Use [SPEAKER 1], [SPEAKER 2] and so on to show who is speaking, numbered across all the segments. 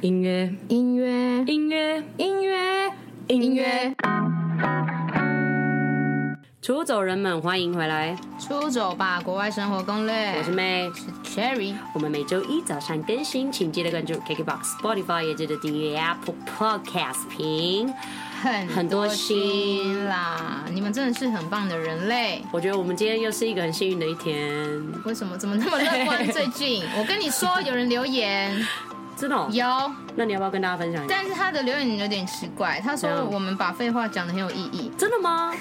[SPEAKER 1] 音乐，
[SPEAKER 2] 音乐，
[SPEAKER 1] 音乐，
[SPEAKER 2] 音乐，
[SPEAKER 1] 音乐。出走人们，欢迎回来，
[SPEAKER 2] 出走吧，国外生活攻略。
[SPEAKER 1] 我是 May。
[SPEAKER 2] Cherry，
[SPEAKER 1] 我们每周一早上更新，请记得关注 KKBOX、Spotify，也记得订阅 Apple Podcast 评。
[SPEAKER 2] 很
[SPEAKER 1] 很多心
[SPEAKER 2] 啦，你们真的是很棒的人类。
[SPEAKER 1] 我觉得我们今天又是一个很幸运的一天，
[SPEAKER 2] 为什么怎么那么乐观？最 近我跟你说，有人留言
[SPEAKER 1] 真的哦、
[SPEAKER 2] 有，
[SPEAKER 1] 那你要不要跟大家分享一下？
[SPEAKER 2] 但是他的留言有点奇怪，他
[SPEAKER 1] 怎
[SPEAKER 2] 说
[SPEAKER 1] 样
[SPEAKER 2] 我们把废话讲的很有意义，
[SPEAKER 1] 真的吗？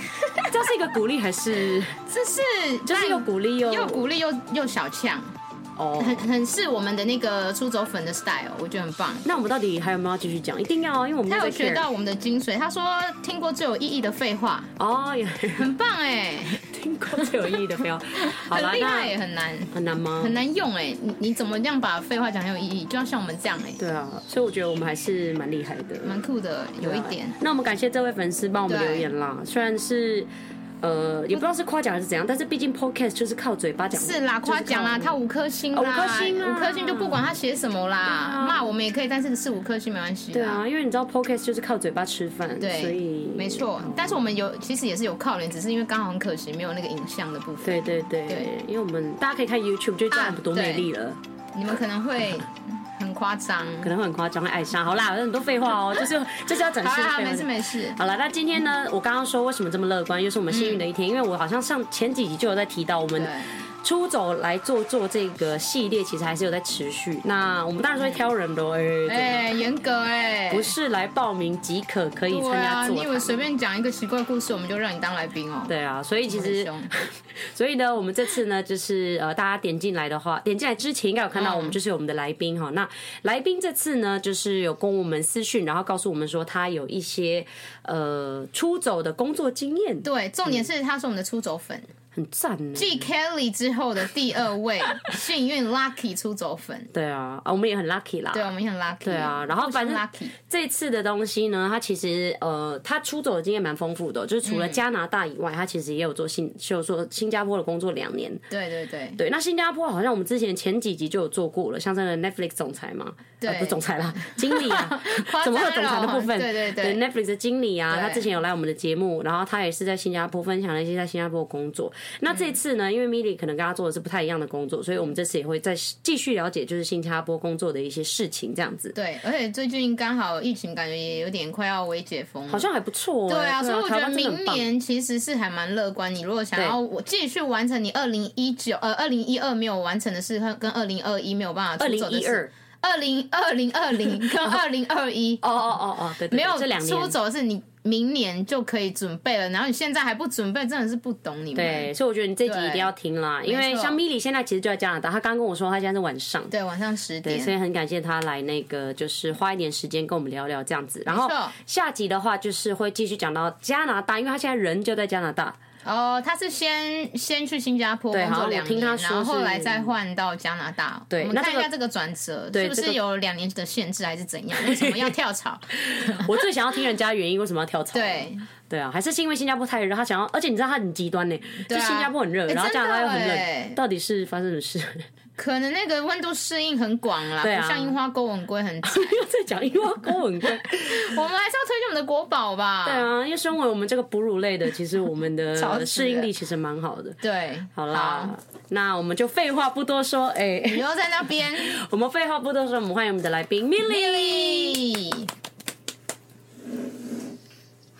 [SPEAKER 1] 这是一个鼓励还 是
[SPEAKER 2] 这是
[SPEAKER 1] 就是又鼓励又
[SPEAKER 2] 又鼓励又又小呛，
[SPEAKER 1] 哦？
[SPEAKER 2] 很很是我们的那个出走粉的 style，我觉得很棒。
[SPEAKER 1] 那我们到底还有没有要继续讲？一定要哦，因为我们
[SPEAKER 2] 他
[SPEAKER 1] 在
[SPEAKER 2] 有
[SPEAKER 1] care
[SPEAKER 2] 学到我们的精髓，他说听过最有意义的废话，
[SPEAKER 1] 哦，有
[SPEAKER 2] 很棒哎，
[SPEAKER 1] 听过最有意义的朋友。好啦，
[SPEAKER 2] 很厉害
[SPEAKER 1] 那
[SPEAKER 2] 也很难
[SPEAKER 1] 很难吗？
[SPEAKER 2] 很难用哎，你你怎么样把废话讲很有意义？就要像我们这样哎，
[SPEAKER 1] 对啊，所以我觉得我们还是蛮厉害的，
[SPEAKER 2] 蛮酷的，有一点
[SPEAKER 1] 对。。啊那我们感谢这位粉丝帮我们
[SPEAKER 2] 对
[SPEAKER 1] 留言啦，虽然是。呃，也不知道是夸奖还是怎样，但是毕竟 podcast 就是靠嘴巴讲，
[SPEAKER 2] 是啦，
[SPEAKER 1] 就是靠
[SPEAKER 2] 夸奖啦，他五颗星啦，
[SPEAKER 1] 哦五颗星啊
[SPEAKER 2] 五颗星就不管他写什么啦，骂我们也可以，但是是五颗星没关系。
[SPEAKER 1] 对，啊，因为你知道 podcast 就是靠嘴巴吃饭，所以
[SPEAKER 2] 对，没错。但是我们有其实也是有靠人，只是因为刚好很可惜没有那个影像的部分。
[SPEAKER 1] 对对对，
[SPEAKER 2] 对
[SPEAKER 1] 因为我们大家可以看 YouTube 就知道我们多美丽了，
[SPEAKER 2] 你们可能会很夸张。
[SPEAKER 1] 可能会很夸张，会爱上。好啦，有很多废话哦， 就是就是要展
[SPEAKER 2] 好
[SPEAKER 1] 示
[SPEAKER 2] 啦，
[SPEAKER 1] 废
[SPEAKER 2] 没事
[SPEAKER 1] 话。
[SPEAKER 2] 没事。
[SPEAKER 1] 好了，那今天呢？我刚刚说为什么这么乐观，又是我们幸运的一天，因为我好像上前几集就有在提到，我们
[SPEAKER 2] 嗯对，
[SPEAKER 1] 出走来做做这个系列，其实还是有在持续。那我们当然是会挑人的哦，哎、
[SPEAKER 2] 哎，严格哎，
[SPEAKER 1] 不是来报名即可可以
[SPEAKER 2] 对
[SPEAKER 1] 参
[SPEAKER 2] 啊，
[SPEAKER 1] 加座
[SPEAKER 2] 你以为
[SPEAKER 1] 谈。
[SPEAKER 2] 随便讲一个奇怪故事，我们就让你当来宾哦？
[SPEAKER 1] 对啊，所以其实
[SPEAKER 2] 很凶，
[SPEAKER 1] 所以呢，我们这次呢，就是呃，大家点进来的话，点进来之前应该有看到我们就是有我们的来宾哈、那来宾这次呢，就是有跟我们私讯，然后告诉我们说他有一些呃出走的工作经验，
[SPEAKER 2] 对，重点是他是我们的出走粉，
[SPEAKER 1] 很赞呢。
[SPEAKER 2] 继 Kelly 之后的第二 位幸运 Lucky 出走粉。
[SPEAKER 1] 对啊，啊我们也很 lucky 啦。
[SPEAKER 2] 对，我们也很 lucky。
[SPEAKER 1] 对啊，然后反正
[SPEAKER 2] lucky。
[SPEAKER 1] 这次的东西呢，它其实呃，它出走的经验蛮丰富的哦，就是除了
[SPEAKER 2] 嗯
[SPEAKER 1] 加拿大以外，它其实也有做新，就有做新加坡的工作两年。
[SPEAKER 2] 对对对，
[SPEAKER 1] 对，那新加坡好像我们之前前几集就有做过了，像这个 Netflix 总裁嘛，
[SPEAKER 2] 对
[SPEAKER 1] 呃、不是总裁啦，经理啊
[SPEAKER 2] 夸，
[SPEAKER 1] 怎
[SPEAKER 2] 张
[SPEAKER 1] 么
[SPEAKER 2] 了
[SPEAKER 1] 会有总裁的部分？
[SPEAKER 2] 对对对
[SPEAKER 1] n e t f l i x 的经理啊，
[SPEAKER 2] 对
[SPEAKER 1] 他之前有来我们的节目，然后他也是在新加坡分享了一些在新加坡的工作。那
[SPEAKER 2] 嗯
[SPEAKER 1] 这次呢，因为 Milly 可能跟他做的是不太一样的工作，所以我们这次也会再继续了解就是新加坡工作的一些事情，这样子。
[SPEAKER 2] 对，而且最近刚好疫情，感觉也有点快要微解封了。
[SPEAKER 1] 好像还不错、欸。
[SPEAKER 2] 对啊，所以我觉
[SPEAKER 1] 台
[SPEAKER 2] 得
[SPEAKER 1] 湾真的
[SPEAKER 2] 明
[SPEAKER 1] 很棒
[SPEAKER 2] 年其实是还蛮乐观。你如果想要我继续完成你二零一九呃二零一二没有完成的事，和跟二零二一没有办法
[SPEAKER 1] 二
[SPEAKER 2] 出
[SPEAKER 1] 零
[SPEAKER 2] 走的
[SPEAKER 1] 一
[SPEAKER 2] 事，
[SPEAKER 1] 二，
[SPEAKER 2] 二零二零二零跟二零二一
[SPEAKER 1] 哦哦哦哦，对对对，
[SPEAKER 2] 没有
[SPEAKER 1] 这两
[SPEAKER 2] 出
[SPEAKER 1] 年。
[SPEAKER 2] 走是你明年就可以准备了，然后你现在还不准备，真的是不懂你们。
[SPEAKER 1] 对，所以我觉得你这集
[SPEAKER 2] 对
[SPEAKER 1] 一定要听啦，因为
[SPEAKER 2] 没错
[SPEAKER 1] 像 Milly 现在其实就在加拿大，她刚跟我说她现在是晚上，
[SPEAKER 2] 对，晚上十
[SPEAKER 1] 对，所
[SPEAKER 2] 点，
[SPEAKER 1] 以很感谢她来那个就是花一点时间跟我们聊聊这样子。然后
[SPEAKER 2] 没错
[SPEAKER 1] 下集的话就是会继续讲到加拿大，因为她现在人就在加拿 大，
[SPEAKER 2] 哦，他是先先去新加坡
[SPEAKER 1] 对
[SPEAKER 2] 工
[SPEAKER 1] 好
[SPEAKER 2] 作
[SPEAKER 1] 像
[SPEAKER 2] 两
[SPEAKER 1] 我听
[SPEAKER 2] 年，
[SPEAKER 1] 他说
[SPEAKER 2] 然后后
[SPEAKER 1] 是
[SPEAKER 2] 来再换到加拿大。
[SPEAKER 1] 对
[SPEAKER 2] 我们
[SPEAKER 1] 那
[SPEAKER 2] 看一
[SPEAKER 1] 这个
[SPEAKER 2] 下这个转折，是不
[SPEAKER 1] 这个
[SPEAKER 2] 是有两年的限制还是怎样？为什么要 跳槽？
[SPEAKER 1] 我最想要听人家原因为什么要跳槽。
[SPEAKER 2] 对，
[SPEAKER 1] 对啊，还是是因为新加坡太热，她想要，而且你知道她很极端呢、欸就
[SPEAKER 2] 啊
[SPEAKER 1] 新加坡很热，
[SPEAKER 2] 哎
[SPEAKER 1] 然后加拿大又很
[SPEAKER 2] 真的
[SPEAKER 1] 冷
[SPEAKER 2] 哎，
[SPEAKER 1] 到底是发生什么事？
[SPEAKER 2] 可能那个温度适应很广啦，
[SPEAKER 1] 对啊
[SPEAKER 2] 不像樱花沟吻龟很 窄。
[SPEAKER 1] 又在讲因为公文贵。
[SPEAKER 2] 我们还是要推荐我们的国宝吧。
[SPEAKER 1] 对啊，因为身为我们这个哺乳类的，其实我们
[SPEAKER 2] 吵死
[SPEAKER 1] 的
[SPEAKER 2] 了
[SPEAKER 1] 适应力其实蛮好的。
[SPEAKER 2] 对，
[SPEAKER 1] 好啦，那我们就废话不多说，哎、
[SPEAKER 2] 好，你又在那边。
[SPEAKER 1] 我们废话不多说，我们欢迎我们的来宾 Milly。
[SPEAKER 2] Billy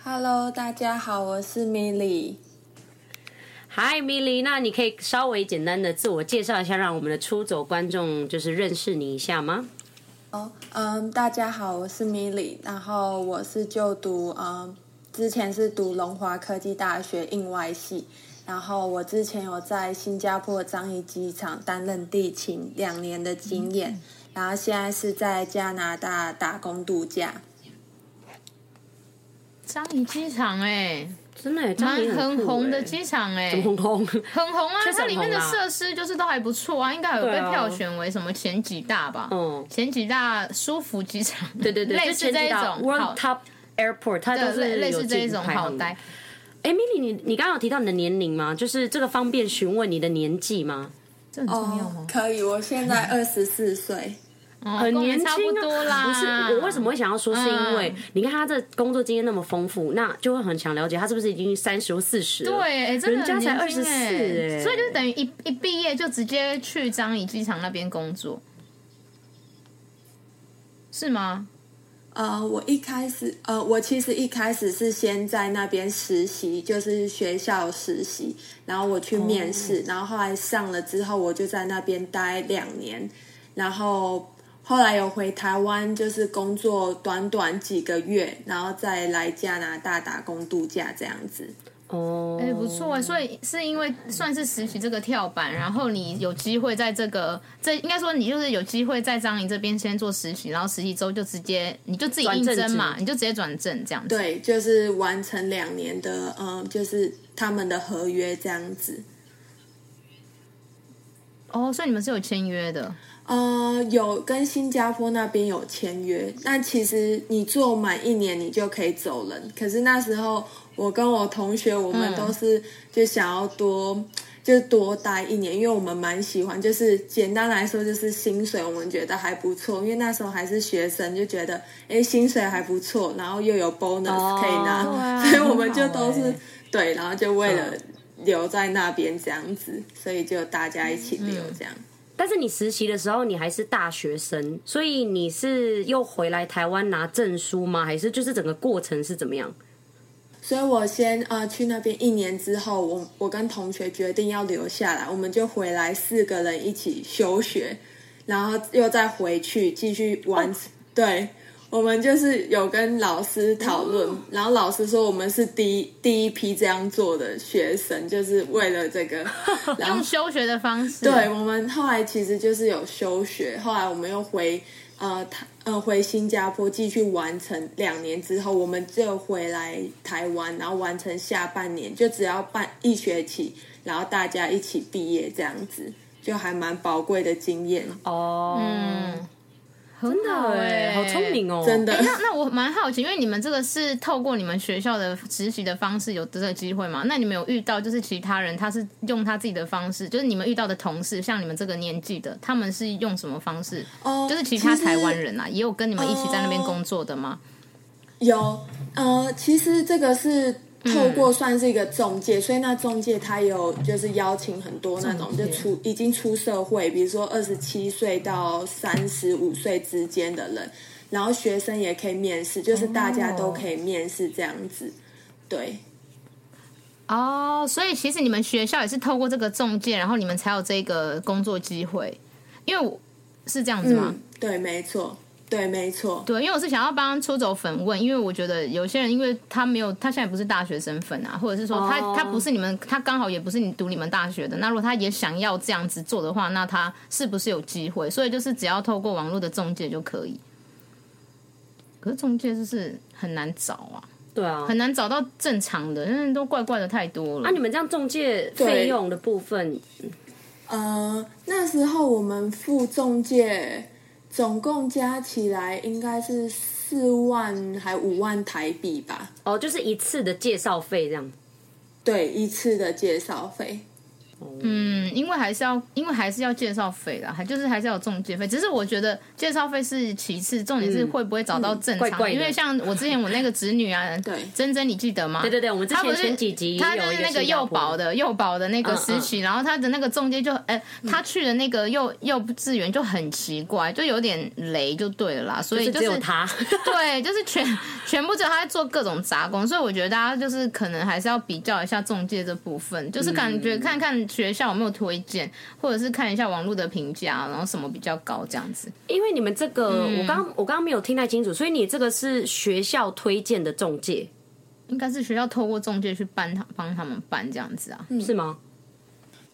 [SPEAKER 3] Hello，大家好，我是 Milly。
[SPEAKER 1] 嗨，Milly，那你可以稍微简单的自我介绍一下，让我们的出走观众就是认识你一下吗？
[SPEAKER 3] 哦，嗯，大家好，我是 Milly，然后我是就读嗯，之前是读龙华科技大学印外系，然后我之前有在新加坡樟宜机场担任地勤两年的经验，然后现在是在加拿大打工度假。
[SPEAKER 2] 樟宜机场哎、
[SPEAKER 1] 真的耶，
[SPEAKER 2] 蛮
[SPEAKER 1] 张琳很
[SPEAKER 2] 很
[SPEAKER 1] 酷
[SPEAKER 2] 红的
[SPEAKER 1] 耶
[SPEAKER 2] 机场哎、
[SPEAKER 1] 很红，
[SPEAKER 2] 很红啊
[SPEAKER 1] 确，实
[SPEAKER 2] 它
[SPEAKER 1] 很
[SPEAKER 2] 里
[SPEAKER 1] 红
[SPEAKER 2] 面的
[SPEAKER 1] 啦
[SPEAKER 2] 设施就是都还不错啊，应该有
[SPEAKER 1] 对
[SPEAKER 2] 被
[SPEAKER 1] 啊
[SPEAKER 2] 票选为什么前几大吧？
[SPEAKER 1] 嗯
[SPEAKER 2] 前几大舒服机场，
[SPEAKER 1] 对 对对，
[SPEAKER 2] 类
[SPEAKER 1] 就
[SPEAKER 2] 似
[SPEAKER 1] 前
[SPEAKER 2] 这
[SPEAKER 1] 几
[SPEAKER 2] 一种
[SPEAKER 1] 大 World
[SPEAKER 2] 好，
[SPEAKER 1] Top Airport，它都
[SPEAKER 2] 对
[SPEAKER 1] 是
[SPEAKER 2] 类类
[SPEAKER 1] 有
[SPEAKER 2] 似这
[SPEAKER 1] 进
[SPEAKER 2] 一种
[SPEAKER 1] 排
[SPEAKER 2] 好
[SPEAKER 1] 行的。
[SPEAKER 2] 呆。
[SPEAKER 1] 哎、m i l l y 你你刚刚有提到你的年龄吗？就是这个方便询问你的年纪吗？
[SPEAKER 2] 这很重要
[SPEAKER 3] 哦
[SPEAKER 2] 吗，？
[SPEAKER 3] 可以，我现在二十四岁。
[SPEAKER 1] 很年轻、啊，
[SPEAKER 2] 差不多啦。
[SPEAKER 1] 不是我为什么会想要说，是因为、
[SPEAKER 2] 嗯
[SPEAKER 1] 你看他这工作经验那么丰富，那就会很想了解他是不是已经三十或四十了。
[SPEAKER 2] 对，哎真的
[SPEAKER 1] 人家才
[SPEAKER 2] 很年轻哎
[SPEAKER 1] 24哎
[SPEAKER 2] 所以就是等于一一毕业就直接去樟宜机场那边工作，是吗？
[SPEAKER 3] 呃，我一开始，呃，我其实一开始是先在那边实习，就是学校实习，然后我去面试，然后后来上了之后，我就在那边待两年，然后后来有回台湾，就是工作短短几个月，然后再来加拿大打工度假这样子。
[SPEAKER 1] 哦，
[SPEAKER 2] 哎、不错哎，所以是因为算是实习这个跳板，然后你有机会在这个这应该说你就是有机会在张仪这边先做实习，然后实习之后就直接你就自己应征
[SPEAKER 1] 转正
[SPEAKER 2] 嘛，
[SPEAKER 1] 职
[SPEAKER 2] 你就直接转正这样子。
[SPEAKER 3] 对，就是完成两年的，嗯，就是他们的合约这样子。
[SPEAKER 2] 哦，所以你们是有签约的，
[SPEAKER 3] 呃，有跟新加坡那边有签约，那其实你做满一年你就可以走人。可是那时候我跟我同学，我们
[SPEAKER 2] 嗯
[SPEAKER 3] 都是就想要多。
[SPEAKER 1] 嗯
[SPEAKER 3] 就是多待一年，因为我们蛮喜欢。就是简单来说，就是薪水我们觉得还不错，因为那时候还是学生，就觉得哎、诶薪水还不错，然后又有 bonus 可以拿，
[SPEAKER 1] 对
[SPEAKER 2] 啊
[SPEAKER 3] 所以我们就都
[SPEAKER 1] 哦很好哎嗯
[SPEAKER 3] 是
[SPEAKER 1] 诶
[SPEAKER 3] 对，然后就为了留在那边这样子，所以就大家一起
[SPEAKER 1] 嗯
[SPEAKER 3] 留这样。
[SPEAKER 1] 但是你实习的时候你还是大学生，所以你是又回来台湾拿证书吗？还是就是整个过程是怎么样？
[SPEAKER 3] 所以我先呃去那边一年之后，我我跟同学决定要留下来，我们就回来四个人一起休学，然后又再回去继续完。对，我们就是有跟老师讨论，然后老师说我们是第一第一批这样做的学生，就是为了这个，
[SPEAKER 1] 啊
[SPEAKER 3] 然后
[SPEAKER 2] 用休学的方式。啊
[SPEAKER 3] 对，我们后来其实就是有休学，后来我们又回呃台呃回新加坡继续完成两年之后，我们就回来台湾，然后完成下半年，就只要办一学期，然后大家一起毕业这样子，就还蛮宝贵的经验，
[SPEAKER 1] 哦，
[SPEAKER 2] 嗯，
[SPEAKER 1] 真的哎，
[SPEAKER 2] 哎，
[SPEAKER 1] 好聪明哦，
[SPEAKER 3] 真
[SPEAKER 1] 的。
[SPEAKER 3] 的。
[SPEAKER 2] 那那我蛮好奇，因为你们这个是透过你们学校的实习的方式有这个机会嘛？那你们有遇到就是其他人他是用他自己的方式，就是你们遇到的同事，像你们这个年纪的，他们是用什么方式？
[SPEAKER 3] 哦
[SPEAKER 2] 就是其他
[SPEAKER 3] 实
[SPEAKER 2] 台湾人啊，也有跟你们一起在那边工作的吗？
[SPEAKER 3] 有，呃，其实这个是透过算是一个中介，所以那中介他有就是邀请很多那种就
[SPEAKER 2] 中介
[SPEAKER 3] 出已经出社会，比如说二十七岁到三十五岁之间的人，然后学生也可以面试，就是大家都可以面试这样子，对。
[SPEAKER 2] 哦，所以其实你们学校也是透过这个中介，然后你们才有这个工作机会，因为我是这样子吗？
[SPEAKER 3] 嗯，对，没错，对，没错，
[SPEAKER 2] 对，因为我是想要帮出走粉问，因为我觉得有些人，因为他没有，他现在不是大学身份啊，或者是说他、
[SPEAKER 1] 哦
[SPEAKER 2] 他不是你们，他刚好也不是你读你们大学的，那如果他也想要这样子做的话，那他是不是有机会？所以就是只要透过网络的中介就可以。可是中介就是很难找啊，
[SPEAKER 1] 对啊
[SPEAKER 2] 很。难找到正常的，因为都怪怪的太多了。
[SPEAKER 1] 那、你们这样中介费用的部分，
[SPEAKER 3] 呃，那时候我们付中介总共加起来应该是四万还五万台币吧，
[SPEAKER 1] 哦，就是一次的介绍费这样。
[SPEAKER 3] 对，一次的介绍费。
[SPEAKER 2] 嗯，因为还是要，因为还是要介绍费啦，还就是还是要有中介费。只是我觉得介绍费是其次，重点是会不会找到正常。
[SPEAKER 1] 嗯怪怪的
[SPEAKER 2] 因为像我之前我那个侄女 啊，
[SPEAKER 3] 对
[SPEAKER 2] 珍珍，你记得吗？
[SPEAKER 1] 对对对，我们之
[SPEAKER 2] 她不
[SPEAKER 1] 前
[SPEAKER 2] 是
[SPEAKER 1] 前几集
[SPEAKER 2] 她就
[SPEAKER 1] 有一
[SPEAKER 2] 是那
[SPEAKER 1] 个
[SPEAKER 2] 个幼保
[SPEAKER 1] 的，
[SPEAKER 2] 的幼保的那个
[SPEAKER 1] 嗯
[SPEAKER 2] 私企，然后她的那个中介就，哎、她去的那个幼幼稚园就很奇怪，就有点雷就对了啦，所以
[SPEAKER 1] 是
[SPEAKER 2] 就
[SPEAKER 1] 只有
[SPEAKER 2] 是
[SPEAKER 1] 他。
[SPEAKER 2] 对，就是全全部只有他在做各种杂工，所以我觉得大家就是可能还是要比较一下中介这部分，就是感
[SPEAKER 1] 嗯
[SPEAKER 2] 觉看看学校有没有推荐，或者是看一下网络的评价，然后什么比较高这样子。
[SPEAKER 1] 因为你们这个，我刚我刚刚没有听太清楚，所以你这个是学校推荐的中介、
[SPEAKER 2] 应该是学校透过中介去办他帮他们办这样子啊。
[SPEAKER 1] 是吗？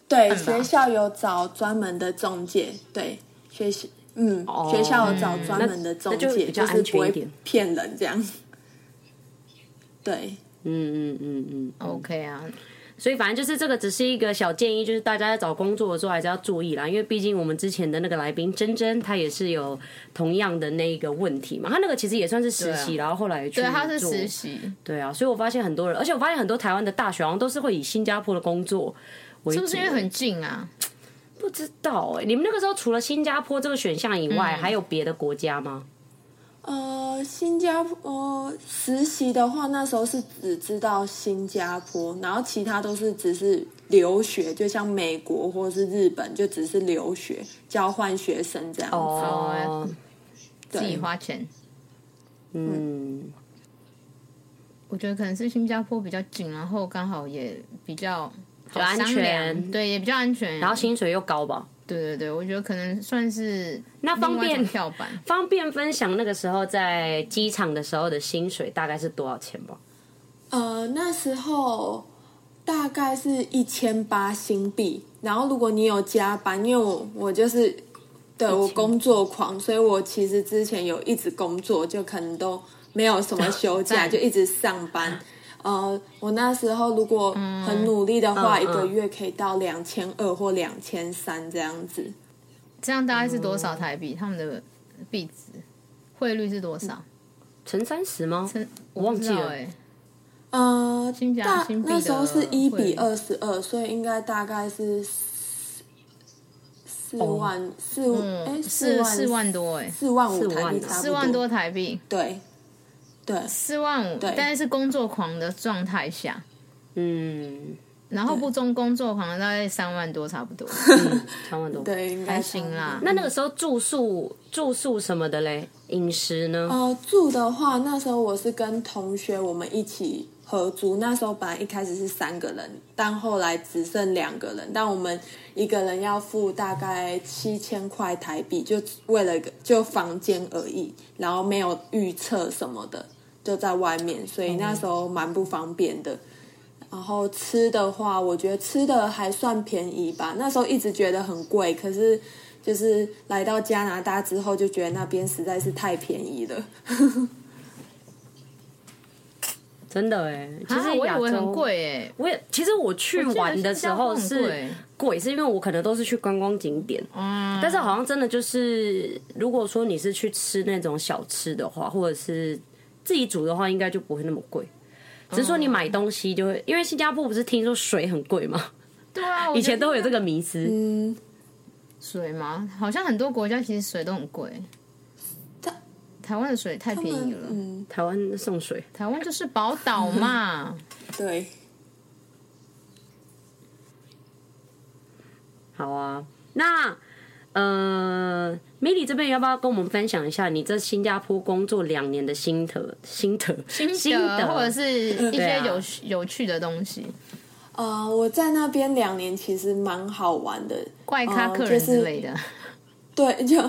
[SPEAKER 3] 对，
[SPEAKER 2] 吧
[SPEAKER 3] 学校有找专门的中介，对，学校，嗯，学校有找专门的中
[SPEAKER 1] 哦那那就
[SPEAKER 3] 介，
[SPEAKER 1] 比较
[SPEAKER 3] 是
[SPEAKER 1] 安全
[SPEAKER 3] 不
[SPEAKER 1] 一
[SPEAKER 3] 会
[SPEAKER 1] 点
[SPEAKER 3] 骗人这样。对，
[SPEAKER 1] 嗯嗯嗯嗯。
[SPEAKER 2] OK 啊，
[SPEAKER 1] 所以反正就是这个只是一个小建议，就是大家在找工作的时候还是要注意啦，因为毕竟我们之前的那个来宾珍珍，她也是有同样的那一个问题嘛，她那个其实也算是实习，
[SPEAKER 2] 对
[SPEAKER 1] 然后后来去
[SPEAKER 2] 对，他是
[SPEAKER 1] 做
[SPEAKER 2] 实习，
[SPEAKER 1] 对啊，所以我发现很多人，而且我发现很多台湾的大学好像都是会以新加坡的工作为主，
[SPEAKER 2] 是不是因为很近啊？
[SPEAKER 1] 不知道哎、你们那个时候除了新加坡这个选项以外，还有别的国家吗？
[SPEAKER 3] 呃，新加坡、呃实习的话，那时候是只知道新加坡，然后其他都是只是留学，就像美国或是日本，就只是留学交换学生这样子。
[SPEAKER 1] 哦，
[SPEAKER 2] 自己
[SPEAKER 3] 对，
[SPEAKER 2] 花钱。
[SPEAKER 1] 嗯，
[SPEAKER 2] 我觉得可能是新加坡比较紧，然后刚好也比较好
[SPEAKER 1] 安全
[SPEAKER 2] 商量对，也比较安全。
[SPEAKER 1] 然后薪水又高吧？
[SPEAKER 2] 对对对，我觉得可能算是
[SPEAKER 1] 那方
[SPEAKER 2] 另外一
[SPEAKER 1] 便
[SPEAKER 2] 种跳板。
[SPEAKER 1] 方便分享那个时候在机场的时候的薪水大概是多少钱吧？
[SPEAKER 3] 呃，那时候大概是一千八新币，然后如果你有加班，因为我我就是对我工作狂，所以我其实之前有一直工作，就可能都没有 什么休假，
[SPEAKER 2] 赞
[SPEAKER 3] 就一直上班。呃，我那时候如果很努力的话，
[SPEAKER 1] 嗯嗯
[SPEAKER 3] 一个月可以到两千二或两千三这样子。
[SPEAKER 2] 这样大概是多少台币？他们的币值汇率是多少？
[SPEAKER 1] 乘三十吗？
[SPEAKER 2] 真
[SPEAKER 1] 我忘记了
[SPEAKER 2] 哎、
[SPEAKER 3] 呃
[SPEAKER 2] 新，加
[SPEAKER 3] 大
[SPEAKER 2] 新币的
[SPEAKER 3] 那时候是一比
[SPEAKER 2] 汇
[SPEAKER 3] 二十二，所以应该大概是四四万四
[SPEAKER 1] 哦
[SPEAKER 3] 哎
[SPEAKER 2] 嗯，
[SPEAKER 3] 四
[SPEAKER 2] 四
[SPEAKER 3] 万
[SPEAKER 2] 四万多哎、
[SPEAKER 3] 四万五台币
[SPEAKER 1] 四万啊
[SPEAKER 3] 差不
[SPEAKER 2] 四万多台币，
[SPEAKER 3] 对对
[SPEAKER 2] 四万五，
[SPEAKER 3] 对
[SPEAKER 2] 但是工作狂的状态下，
[SPEAKER 1] 嗯，
[SPEAKER 2] 然后不中工作狂的大概三万多差不 多，
[SPEAKER 1] 三万多。
[SPEAKER 3] 对，应该
[SPEAKER 2] 还行啦。。啊
[SPEAKER 1] 那那个时候住宿住宿什么的嘞，饮食呢？
[SPEAKER 2] 哦
[SPEAKER 3] 呃，住的话，那时候我是跟同学我们一起合租，那时候本来一开始是三个人，但后来只剩两个人，但我们一个人要付大概七千块台币，就为了一个就房间而已，然后没有预测什么的，就在外面，所以那时候蛮不方便的。然后吃的话，我觉得吃的还算便宜吧。那时候一直觉得很贵，可是就是来到加拿大之后，就觉得那边实在是太便宜 了。
[SPEAKER 1] 真的哎，其
[SPEAKER 2] 啊
[SPEAKER 1] 实
[SPEAKER 2] 我
[SPEAKER 1] 亚
[SPEAKER 2] 以
[SPEAKER 1] 洲
[SPEAKER 2] 为很贵哎、
[SPEAKER 1] 我也其实我去
[SPEAKER 2] 我记得
[SPEAKER 1] 玩的时候
[SPEAKER 2] 新加坡很贵
[SPEAKER 1] 是贵，是因为我可能都是去观光景点，
[SPEAKER 2] 嗯，
[SPEAKER 1] 但是好像真的就是，如果说你是去吃那种小吃的话，或者是自己煮的话，应该就不会那么贵。只是说你买东西就会，因为新加坡不是听说水很贵吗？
[SPEAKER 2] 对啊，
[SPEAKER 1] 以前都有这
[SPEAKER 2] 个
[SPEAKER 1] 个迷思。
[SPEAKER 3] 嗯，
[SPEAKER 2] 水吗？好像很多国家其实水都很贵
[SPEAKER 3] 它。
[SPEAKER 2] 台湾的水太
[SPEAKER 3] 他
[SPEAKER 2] 便宜
[SPEAKER 3] 们
[SPEAKER 2] 了，
[SPEAKER 3] 嗯，
[SPEAKER 1] 台湾送水，
[SPEAKER 2] 台湾就是宝岛嘛。
[SPEAKER 3] 对，
[SPEAKER 1] 好啊。那呃，米莉这边要不要跟我们分享一下你这新加坡工作两年的心得、心得、
[SPEAKER 2] 心得或者是一
[SPEAKER 1] 对
[SPEAKER 2] 些
[SPEAKER 1] 啊
[SPEAKER 2] 有趣有趣的东西，
[SPEAKER 3] 呃，我在那边两年其实蛮好玩的，
[SPEAKER 2] 怪咖
[SPEAKER 3] 呃
[SPEAKER 2] 客人
[SPEAKER 3] 就是
[SPEAKER 2] 之类的。
[SPEAKER 3] 对，就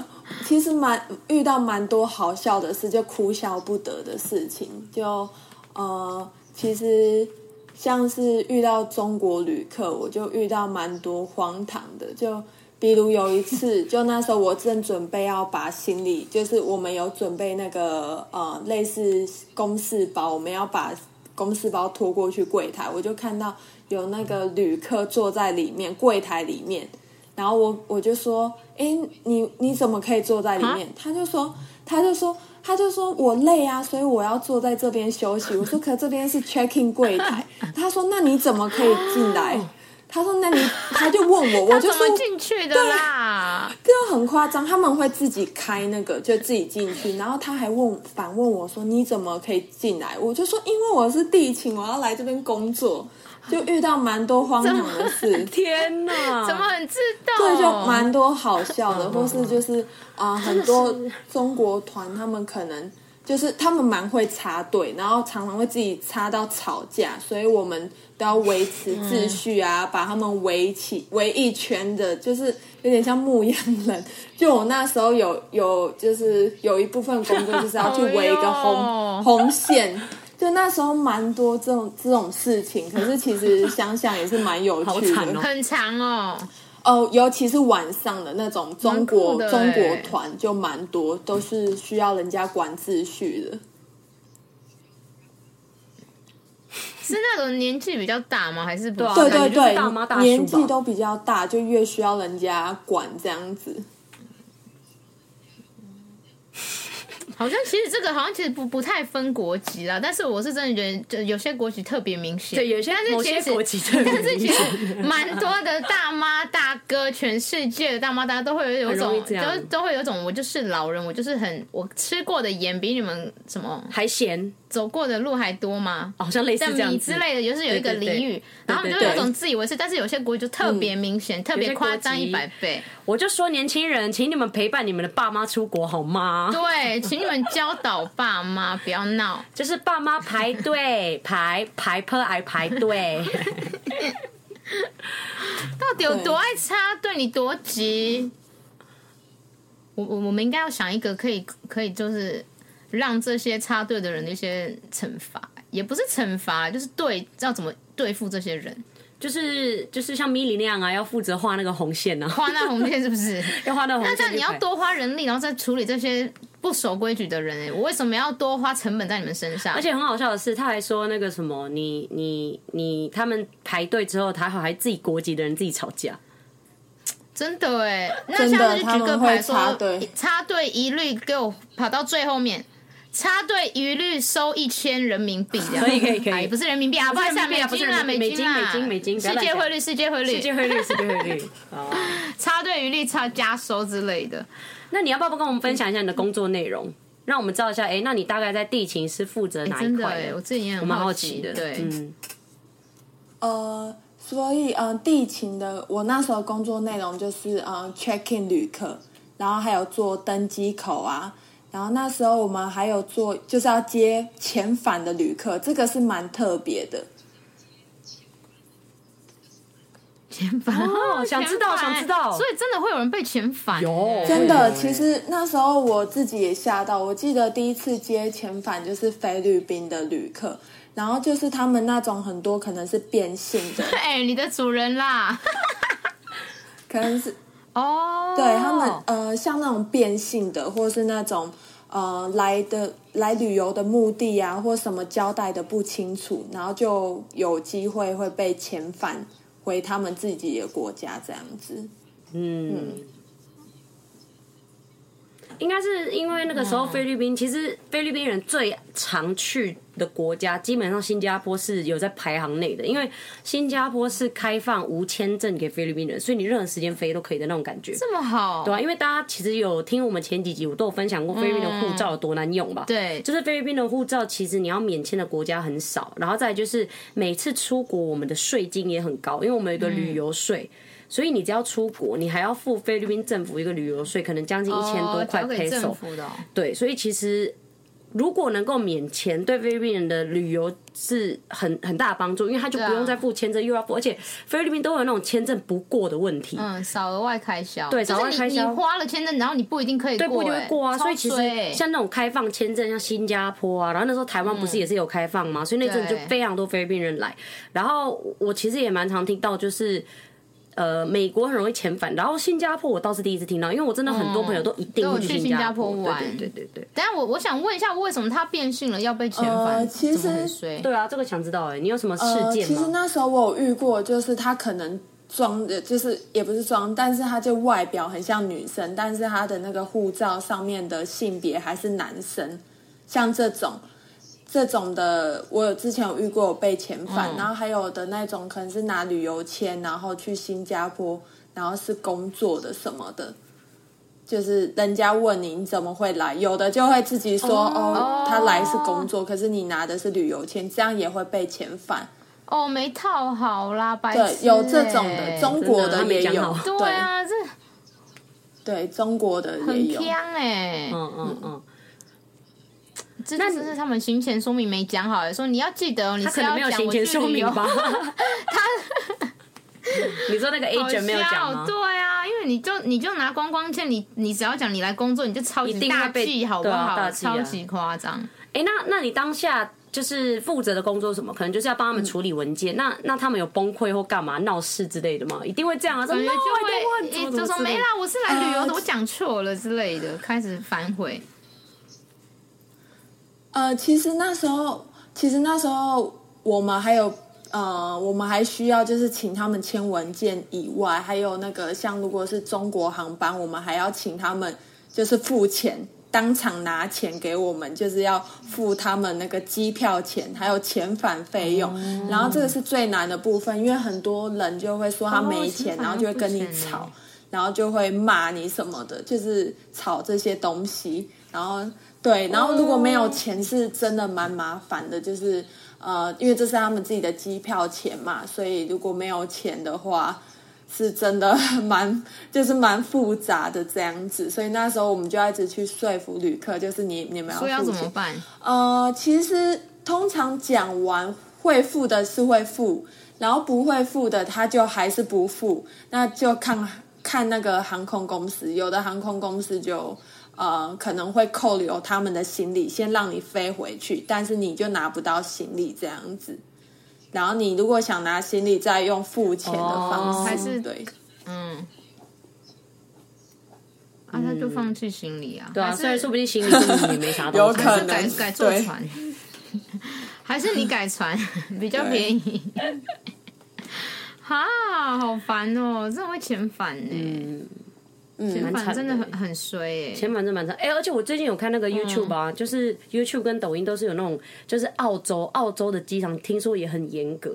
[SPEAKER 3] 其实蛮遇到蛮多好笑的事，就哭笑不得的事情。就呃，其实像是遇到中国旅客，我就遇到蛮多荒唐的。就比如有一次，就那时候我正准备要把行李，就是我们有准备那个呃类似公事包，我们要把公事包拖过去柜台，我就看到有那个旅客坐在里面柜台里面。然后我我就说，哎，你你怎么可以坐在里面？他就说，他就说，他就说我累啊，所以我要坐在这边休息。我说，可这边是 check in 柜台。他说，那你怎么可以进来？他说，那你他就问我，我
[SPEAKER 2] 哦 他
[SPEAKER 3] 就嗯
[SPEAKER 2] 怎
[SPEAKER 3] 说
[SPEAKER 2] 么进去的啦？
[SPEAKER 3] 这很夸张，他们会自己开那个，就自己进去。然后他还问反问我说：“你怎么可以进来？”我就说：“因为我是地勤，我要来这边工作。”就遇到蛮多荒唐的事。
[SPEAKER 1] 天哪！
[SPEAKER 2] 怎么很自动？
[SPEAKER 3] 对，就蛮多好笑
[SPEAKER 1] 嗯
[SPEAKER 3] 的，或是就是啊、很多中国团他们可能就是他们蛮会插队，然后常常会自己插到吵架，所以我们都要维持秩序
[SPEAKER 1] 嗯
[SPEAKER 3] 啊，把他们围起围一圈的，就是有点像牧羊人。 就我那时候有有就是有一部分工作就是要去围一 个
[SPEAKER 2] 哎
[SPEAKER 1] 哦
[SPEAKER 3] 红
[SPEAKER 2] 呦
[SPEAKER 3] 红线。就那时候蛮多这种这种事情，可是其实想想也是蛮有
[SPEAKER 1] 好
[SPEAKER 3] 趣的。
[SPEAKER 1] 惨哦
[SPEAKER 2] 很长哦。
[SPEAKER 3] 哦，尤其是晚上的那种中
[SPEAKER 2] 蛮
[SPEAKER 3] 国
[SPEAKER 2] 酷的
[SPEAKER 3] 中
[SPEAKER 2] 欸
[SPEAKER 3] 国团就蛮多，都是需要人家管秩序的。
[SPEAKER 2] 是那种年纪比较大吗？还是不
[SPEAKER 1] 对啊
[SPEAKER 3] 对
[SPEAKER 2] 是
[SPEAKER 3] 对
[SPEAKER 1] 感觉就是
[SPEAKER 3] 对，
[SPEAKER 1] 大妈大叔吧
[SPEAKER 3] 年纪都比较大，就越需要人家管这样子。
[SPEAKER 2] 好像其实这个好像其实不不太分国籍啦，但是我是真的觉得就有些国籍特别明显，
[SPEAKER 1] 对，有些
[SPEAKER 2] 但是
[SPEAKER 1] 某
[SPEAKER 2] 其
[SPEAKER 1] 些
[SPEAKER 2] 实
[SPEAKER 1] 国 籍特别
[SPEAKER 2] 但是
[SPEAKER 1] 明
[SPEAKER 2] 其实
[SPEAKER 1] 显。
[SPEAKER 2] 蛮多的大妈大哥，全世界的大妈大哥都会有一
[SPEAKER 1] 很容易
[SPEAKER 2] 种，
[SPEAKER 1] 这样
[SPEAKER 2] 都都会有一种，我就是老人，我就是很我吃过的盐比你们什么
[SPEAKER 1] 还嫌
[SPEAKER 2] 走过的路还多吗？
[SPEAKER 1] 好像类似
[SPEAKER 2] 像
[SPEAKER 1] 这样
[SPEAKER 2] 米
[SPEAKER 1] 子
[SPEAKER 2] 之，类的，就是有一个
[SPEAKER 1] 对对对
[SPEAKER 2] 俚语，然后我们就
[SPEAKER 1] 对
[SPEAKER 2] 有
[SPEAKER 1] 对
[SPEAKER 2] 一种自以为是，但是有些国语就特别明显，特别夸张
[SPEAKER 1] 有
[SPEAKER 2] 一
[SPEAKER 1] 些国
[SPEAKER 2] 百
[SPEAKER 1] 籍
[SPEAKER 2] 倍。
[SPEAKER 1] 我就说年轻人，请你们陪伴你们的爸妈出国好 吗？
[SPEAKER 2] 对，请你们教导爸妈不要闹。
[SPEAKER 1] 就是爸妈排队 排排 per
[SPEAKER 2] 哎
[SPEAKER 1] 癌排队，
[SPEAKER 2] 到底有多爱插队？你多急？我我我们应该要想一个可以可以就是让这些插队的人的一些惩罚，也不是惩罚，就是对要怎么对付这些人，
[SPEAKER 1] 就是就是像米莉那样啊，要负责画那个红线 啊，
[SPEAKER 2] 画那红线是不是？
[SPEAKER 1] 要画那哦个红
[SPEAKER 2] 那
[SPEAKER 1] 线
[SPEAKER 2] 这
[SPEAKER 1] 就可以。
[SPEAKER 2] 样你要多花人力，然后再处理这些不守规矩的人、欸，我为什么要多花成本在你们身上？
[SPEAKER 1] 而且很好笑的是，他还说那个什么，你你你，他们排队之后，他还还自己国籍的人自己吵架，
[SPEAKER 2] 真的哎、那
[SPEAKER 3] 真的
[SPEAKER 2] 下次就
[SPEAKER 3] 他
[SPEAKER 2] 举
[SPEAKER 3] 们
[SPEAKER 2] 个牌
[SPEAKER 3] 会
[SPEAKER 2] 说
[SPEAKER 3] 插队
[SPEAKER 2] 插队一律给我跑到最后面，插队一律收一千人民币这样。
[SPEAKER 1] 可以可以可以
[SPEAKER 2] 哎不是人民币啊，不
[SPEAKER 1] 不
[SPEAKER 2] 好
[SPEAKER 1] 是
[SPEAKER 2] 意思啊，
[SPEAKER 1] 人民币啊不是
[SPEAKER 2] 金啦，
[SPEAKER 1] 人民
[SPEAKER 2] 金啦，
[SPEAKER 1] 美金美金美金不要
[SPEAKER 2] 世
[SPEAKER 1] 乱
[SPEAKER 2] 界
[SPEAKER 1] 讲
[SPEAKER 2] 汇率，世界汇
[SPEAKER 1] 世界
[SPEAKER 2] 率，
[SPEAKER 1] 汇率，世界汇 率。哦，
[SPEAKER 2] 插队一律差加收之类的。
[SPEAKER 1] 那你要不要跟我们分享一下你的工作内容，让我们知道一下？哎、那你大概在地勤是负责哪一
[SPEAKER 2] 真的
[SPEAKER 1] 块
[SPEAKER 2] 哎，我自己也
[SPEAKER 1] 我
[SPEAKER 2] 很
[SPEAKER 1] 蛮好
[SPEAKER 2] 奇
[SPEAKER 1] 奇的。
[SPEAKER 2] 对，
[SPEAKER 1] 嗯，
[SPEAKER 3] 呃，所以呃，地勤的我那时候工作内容就是呃，check in 旅客，然后还有做登机口啊，然后那时候我们还有做就是要接遣返的旅客，这个是蛮特别的。
[SPEAKER 2] 遣返
[SPEAKER 1] 哦想知道
[SPEAKER 2] 遣返
[SPEAKER 1] 想知道
[SPEAKER 2] 所以真的会有人被遣返，欸
[SPEAKER 1] 有
[SPEAKER 3] 真
[SPEAKER 1] 哎
[SPEAKER 3] 的，
[SPEAKER 1] 呦
[SPEAKER 3] 其实那时候我自己也吓到。我记得第一次接遣返就是菲律宾的旅客，然后就是他们那种很多可能是变性的，
[SPEAKER 2] 哎，你的主人啦，
[SPEAKER 3] 可能是
[SPEAKER 2] 哦，
[SPEAKER 3] 对他们呃，像那种变性的，或是那种呃来的来旅游的目的啊，或什么交代的不清楚，然后就有机会会被遣返回他们自己的国家这样子。
[SPEAKER 1] 嗯，应该是因为那个时候菲律宾，其实菲律宾人最常去的国家，基本上新加坡是有在排行内的，因为新加坡是开放无签证给菲律宾人，所以你任何时间飞都可以的那种感觉。
[SPEAKER 2] 这么好，
[SPEAKER 1] 对啊，因为大家其实有听我们前几集，我都有分享过菲律宾的护照有多难用吧？
[SPEAKER 2] 对
[SPEAKER 1] 就是菲律宾的护照，其实你要免签的国家很少，然后再来就是每次出国我们的税金也很高，因为我们有一个旅游税。
[SPEAKER 2] 嗯
[SPEAKER 1] 所以你只要出国，你还要付菲律宾政府一个旅游税，可能将近一千多块
[SPEAKER 2] 哦交给
[SPEAKER 1] peso
[SPEAKER 2] 政。府的哦。
[SPEAKER 1] 对，所以其实如果能够免签，对菲律宾人的旅游是很很大的帮助，因为他就
[SPEAKER 2] 对啊
[SPEAKER 1] 不用再付签证，又要付，而且菲律宾都有那种签证不过的问题。
[SPEAKER 2] 嗯，少额外开销，
[SPEAKER 1] 对
[SPEAKER 2] 就
[SPEAKER 1] 少
[SPEAKER 2] 是
[SPEAKER 1] 额外
[SPEAKER 2] 你
[SPEAKER 1] 开销
[SPEAKER 2] 你花了签证，然后你不一定可以过、
[SPEAKER 1] 对，
[SPEAKER 2] 欸，
[SPEAKER 1] 不一定会过啊。
[SPEAKER 2] 超
[SPEAKER 1] 所以其实
[SPEAKER 2] 衰嗯欸
[SPEAKER 1] 像那种开放签证，像新加坡啊，然后那时候台湾不是也是有开放嘛，所以那阵就
[SPEAKER 2] 对
[SPEAKER 1] 非常多菲律宾人来。然后我我其实也蛮常听到，就是呃，美国很容易遣返，然后新加坡我倒是第一次听到，因为我真的很多朋友都一定
[SPEAKER 2] 哦都
[SPEAKER 1] 会
[SPEAKER 2] 有去
[SPEAKER 1] 新加
[SPEAKER 2] 新加坡玩
[SPEAKER 1] 对对对对对。
[SPEAKER 2] 等一下我我想问一下，为什么他变性了要被遣返？
[SPEAKER 3] 呃其实
[SPEAKER 2] 怎么很衰
[SPEAKER 1] 对啊，这个想知道哎、你有什么事
[SPEAKER 3] 呃，
[SPEAKER 1] 件
[SPEAKER 3] 其实
[SPEAKER 1] 吗？
[SPEAKER 3] 那时候我有遇过，就是他可能装的，就是也不是装，但是他就外表很像女生，但是他的那个护照上面的性别还是男生，像这种。这种的，我有之前有遇过有被遣
[SPEAKER 1] 嗯
[SPEAKER 3] 返，然后还有的那种可能是拿旅游签，然后去新加坡，然后是工作的什么的，就是人家问你你怎么会来，有的就会自己说哦他来是工作，可是你拿的是旅游签，这样也会被遣返。
[SPEAKER 2] 哦，没套好啦，白痴欸、哎
[SPEAKER 3] 对，有这种的，中国
[SPEAKER 1] 真的他没
[SPEAKER 3] 也
[SPEAKER 1] 讲
[SPEAKER 3] 有
[SPEAKER 1] 好，
[SPEAKER 2] 对啊，这
[SPEAKER 3] 对，对，中国的也
[SPEAKER 2] 很
[SPEAKER 3] 有
[SPEAKER 2] 坑。哎、
[SPEAKER 1] 嗯嗯嗯，
[SPEAKER 2] 这这这是他们行前说明没讲好、欸，说你要记得哦，你
[SPEAKER 1] 他
[SPEAKER 2] 是
[SPEAKER 1] 可
[SPEAKER 2] 要
[SPEAKER 1] 能没有
[SPEAKER 2] 讲
[SPEAKER 1] 行
[SPEAKER 2] 我哦
[SPEAKER 1] 前
[SPEAKER 2] 去
[SPEAKER 1] 说
[SPEAKER 2] 旅
[SPEAKER 1] 明
[SPEAKER 2] 游
[SPEAKER 1] 吧？ 你说那个 agent 没有讲
[SPEAKER 2] 好笑
[SPEAKER 1] 吗？
[SPEAKER 2] 对啊，因为你就你就拿观光券，你你只要讲你来工作，你就超级
[SPEAKER 1] 一定会
[SPEAKER 2] 大
[SPEAKER 1] 被
[SPEAKER 2] 气，好不
[SPEAKER 1] 对
[SPEAKER 2] 好？
[SPEAKER 1] 啊大忌啊
[SPEAKER 2] 超级夸张。
[SPEAKER 1] 哎、那那你当下就是负责的工作是什么？可能就是要帮
[SPEAKER 2] 嗯
[SPEAKER 1] 他们处理文件。那那他们有崩溃或干嘛闹事之类的吗？一定会这样啊，说
[SPEAKER 2] 感觉
[SPEAKER 1] “No, I
[SPEAKER 2] 就
[SPEAKER 1] don't want，怎
[SPEAKER 2] 会，
[SPEAKER 1] 么怎
[SPEAKER 2] 就
[SPEAKER 1] 么
[SPEAKER 2] 说
[SPEAKER 1] 之类
[SPEAKER 2] 没
[SPEAKER 1] 的
[SPEAKER 2] 啦，我是来旅游的，
[SPEAKER 3] 呃
[SPEAKER 2] 我讲错了之类的，开始反悔。
[SPEAKER 3] 呃，其实那时候，其实那时候我们还有呃，我们还需要就是请他们签文件以外，还有那个像如果是中国航班，我们还要请他们就是付钱，当场拿钱给我们，就是要付他们那个机票钱，还有遣返费用。
[SPEAKER 1] 哦
[SPEAKER 3] 然后这个是最难的部分，因为很多人就会说
[SPEAKER 1] 哦
[SPEAKER 3] 他没钱，
[SPEAKER 2] 遣返
[SPEAKER 3] 然后就会跟你
[SPEAKER 2] 不行
[SPEAKER 3] 吵，然后就会骂你什么的，就是吵这些东西。然后对，然后如果没有钱，是真的蛮麻烦的，就是呃，因为这是他们自己的机票钱嘛，所以如果没有钱的话。是真的蛮， 就是蛮复杂的这样子，所以那时候我们就要一直去说服旅客，就是你你们要
[SPEAKER 2] 所以要
[SPEAKER 3] 付
[SPEAKER 2] 怎么
[SPEAKER 3] 钱。
[SPEAKER 2] 办？
[SPEAKER 3] 呃，其实通常讲完会付的是会付，然后不会付的他就还是不付，那就看看那个航空公司，有的航空公司就呃可能会扣留他们的行李，先让你飞回去，但是你就拿不到行李这样子。然后你如果想拿行李，再用付钱的方式，
[SPEAKER 1] 哦
[SPEAKER 2] 还是
[SPEAKER 3] 对，
[SPEAKER 2] 嗯，啊，他就放弃行李啊，
[SPEAKER 1] 对啊，
[SPEAKER 2] 还是
[SPEAKER 1] 虽然说不定行李根本也没啥
[SPEAKER 3] 有
[SPEAKER 1] 东西，
[SPEAKER 3] 可
[SPEAKER 2] 还
[SPEAKER 3] 能
[SPEAKER 2] 是改改坐
[SPEAKER 3] 对
[SPEAKER 2] 船， 还是你改船 比较
[SPEAKER 3] 对
[SPEAKER 2] 便宜？ 哈，好烦哦，真的会遣返呢，
[SPEAKER 1] 嗯，
[SPEAKER 3] 嗯
[SPEAKER 1] 蛮
[SPEAKER 2] 返
[SPEAKER 1] 惨
[SPEAKER 2] 真的
[SPEAKER 1] 的欸
[SPEAKER 2] 很嗯很衰哎
[SPEAKER 1] 前。蛮正蛮正，哎、而且我最近有看那个 YouTube 啊，就是 YouTube 跟抖音都是有那种，就是澳洲澳洲的机场听说也很严格，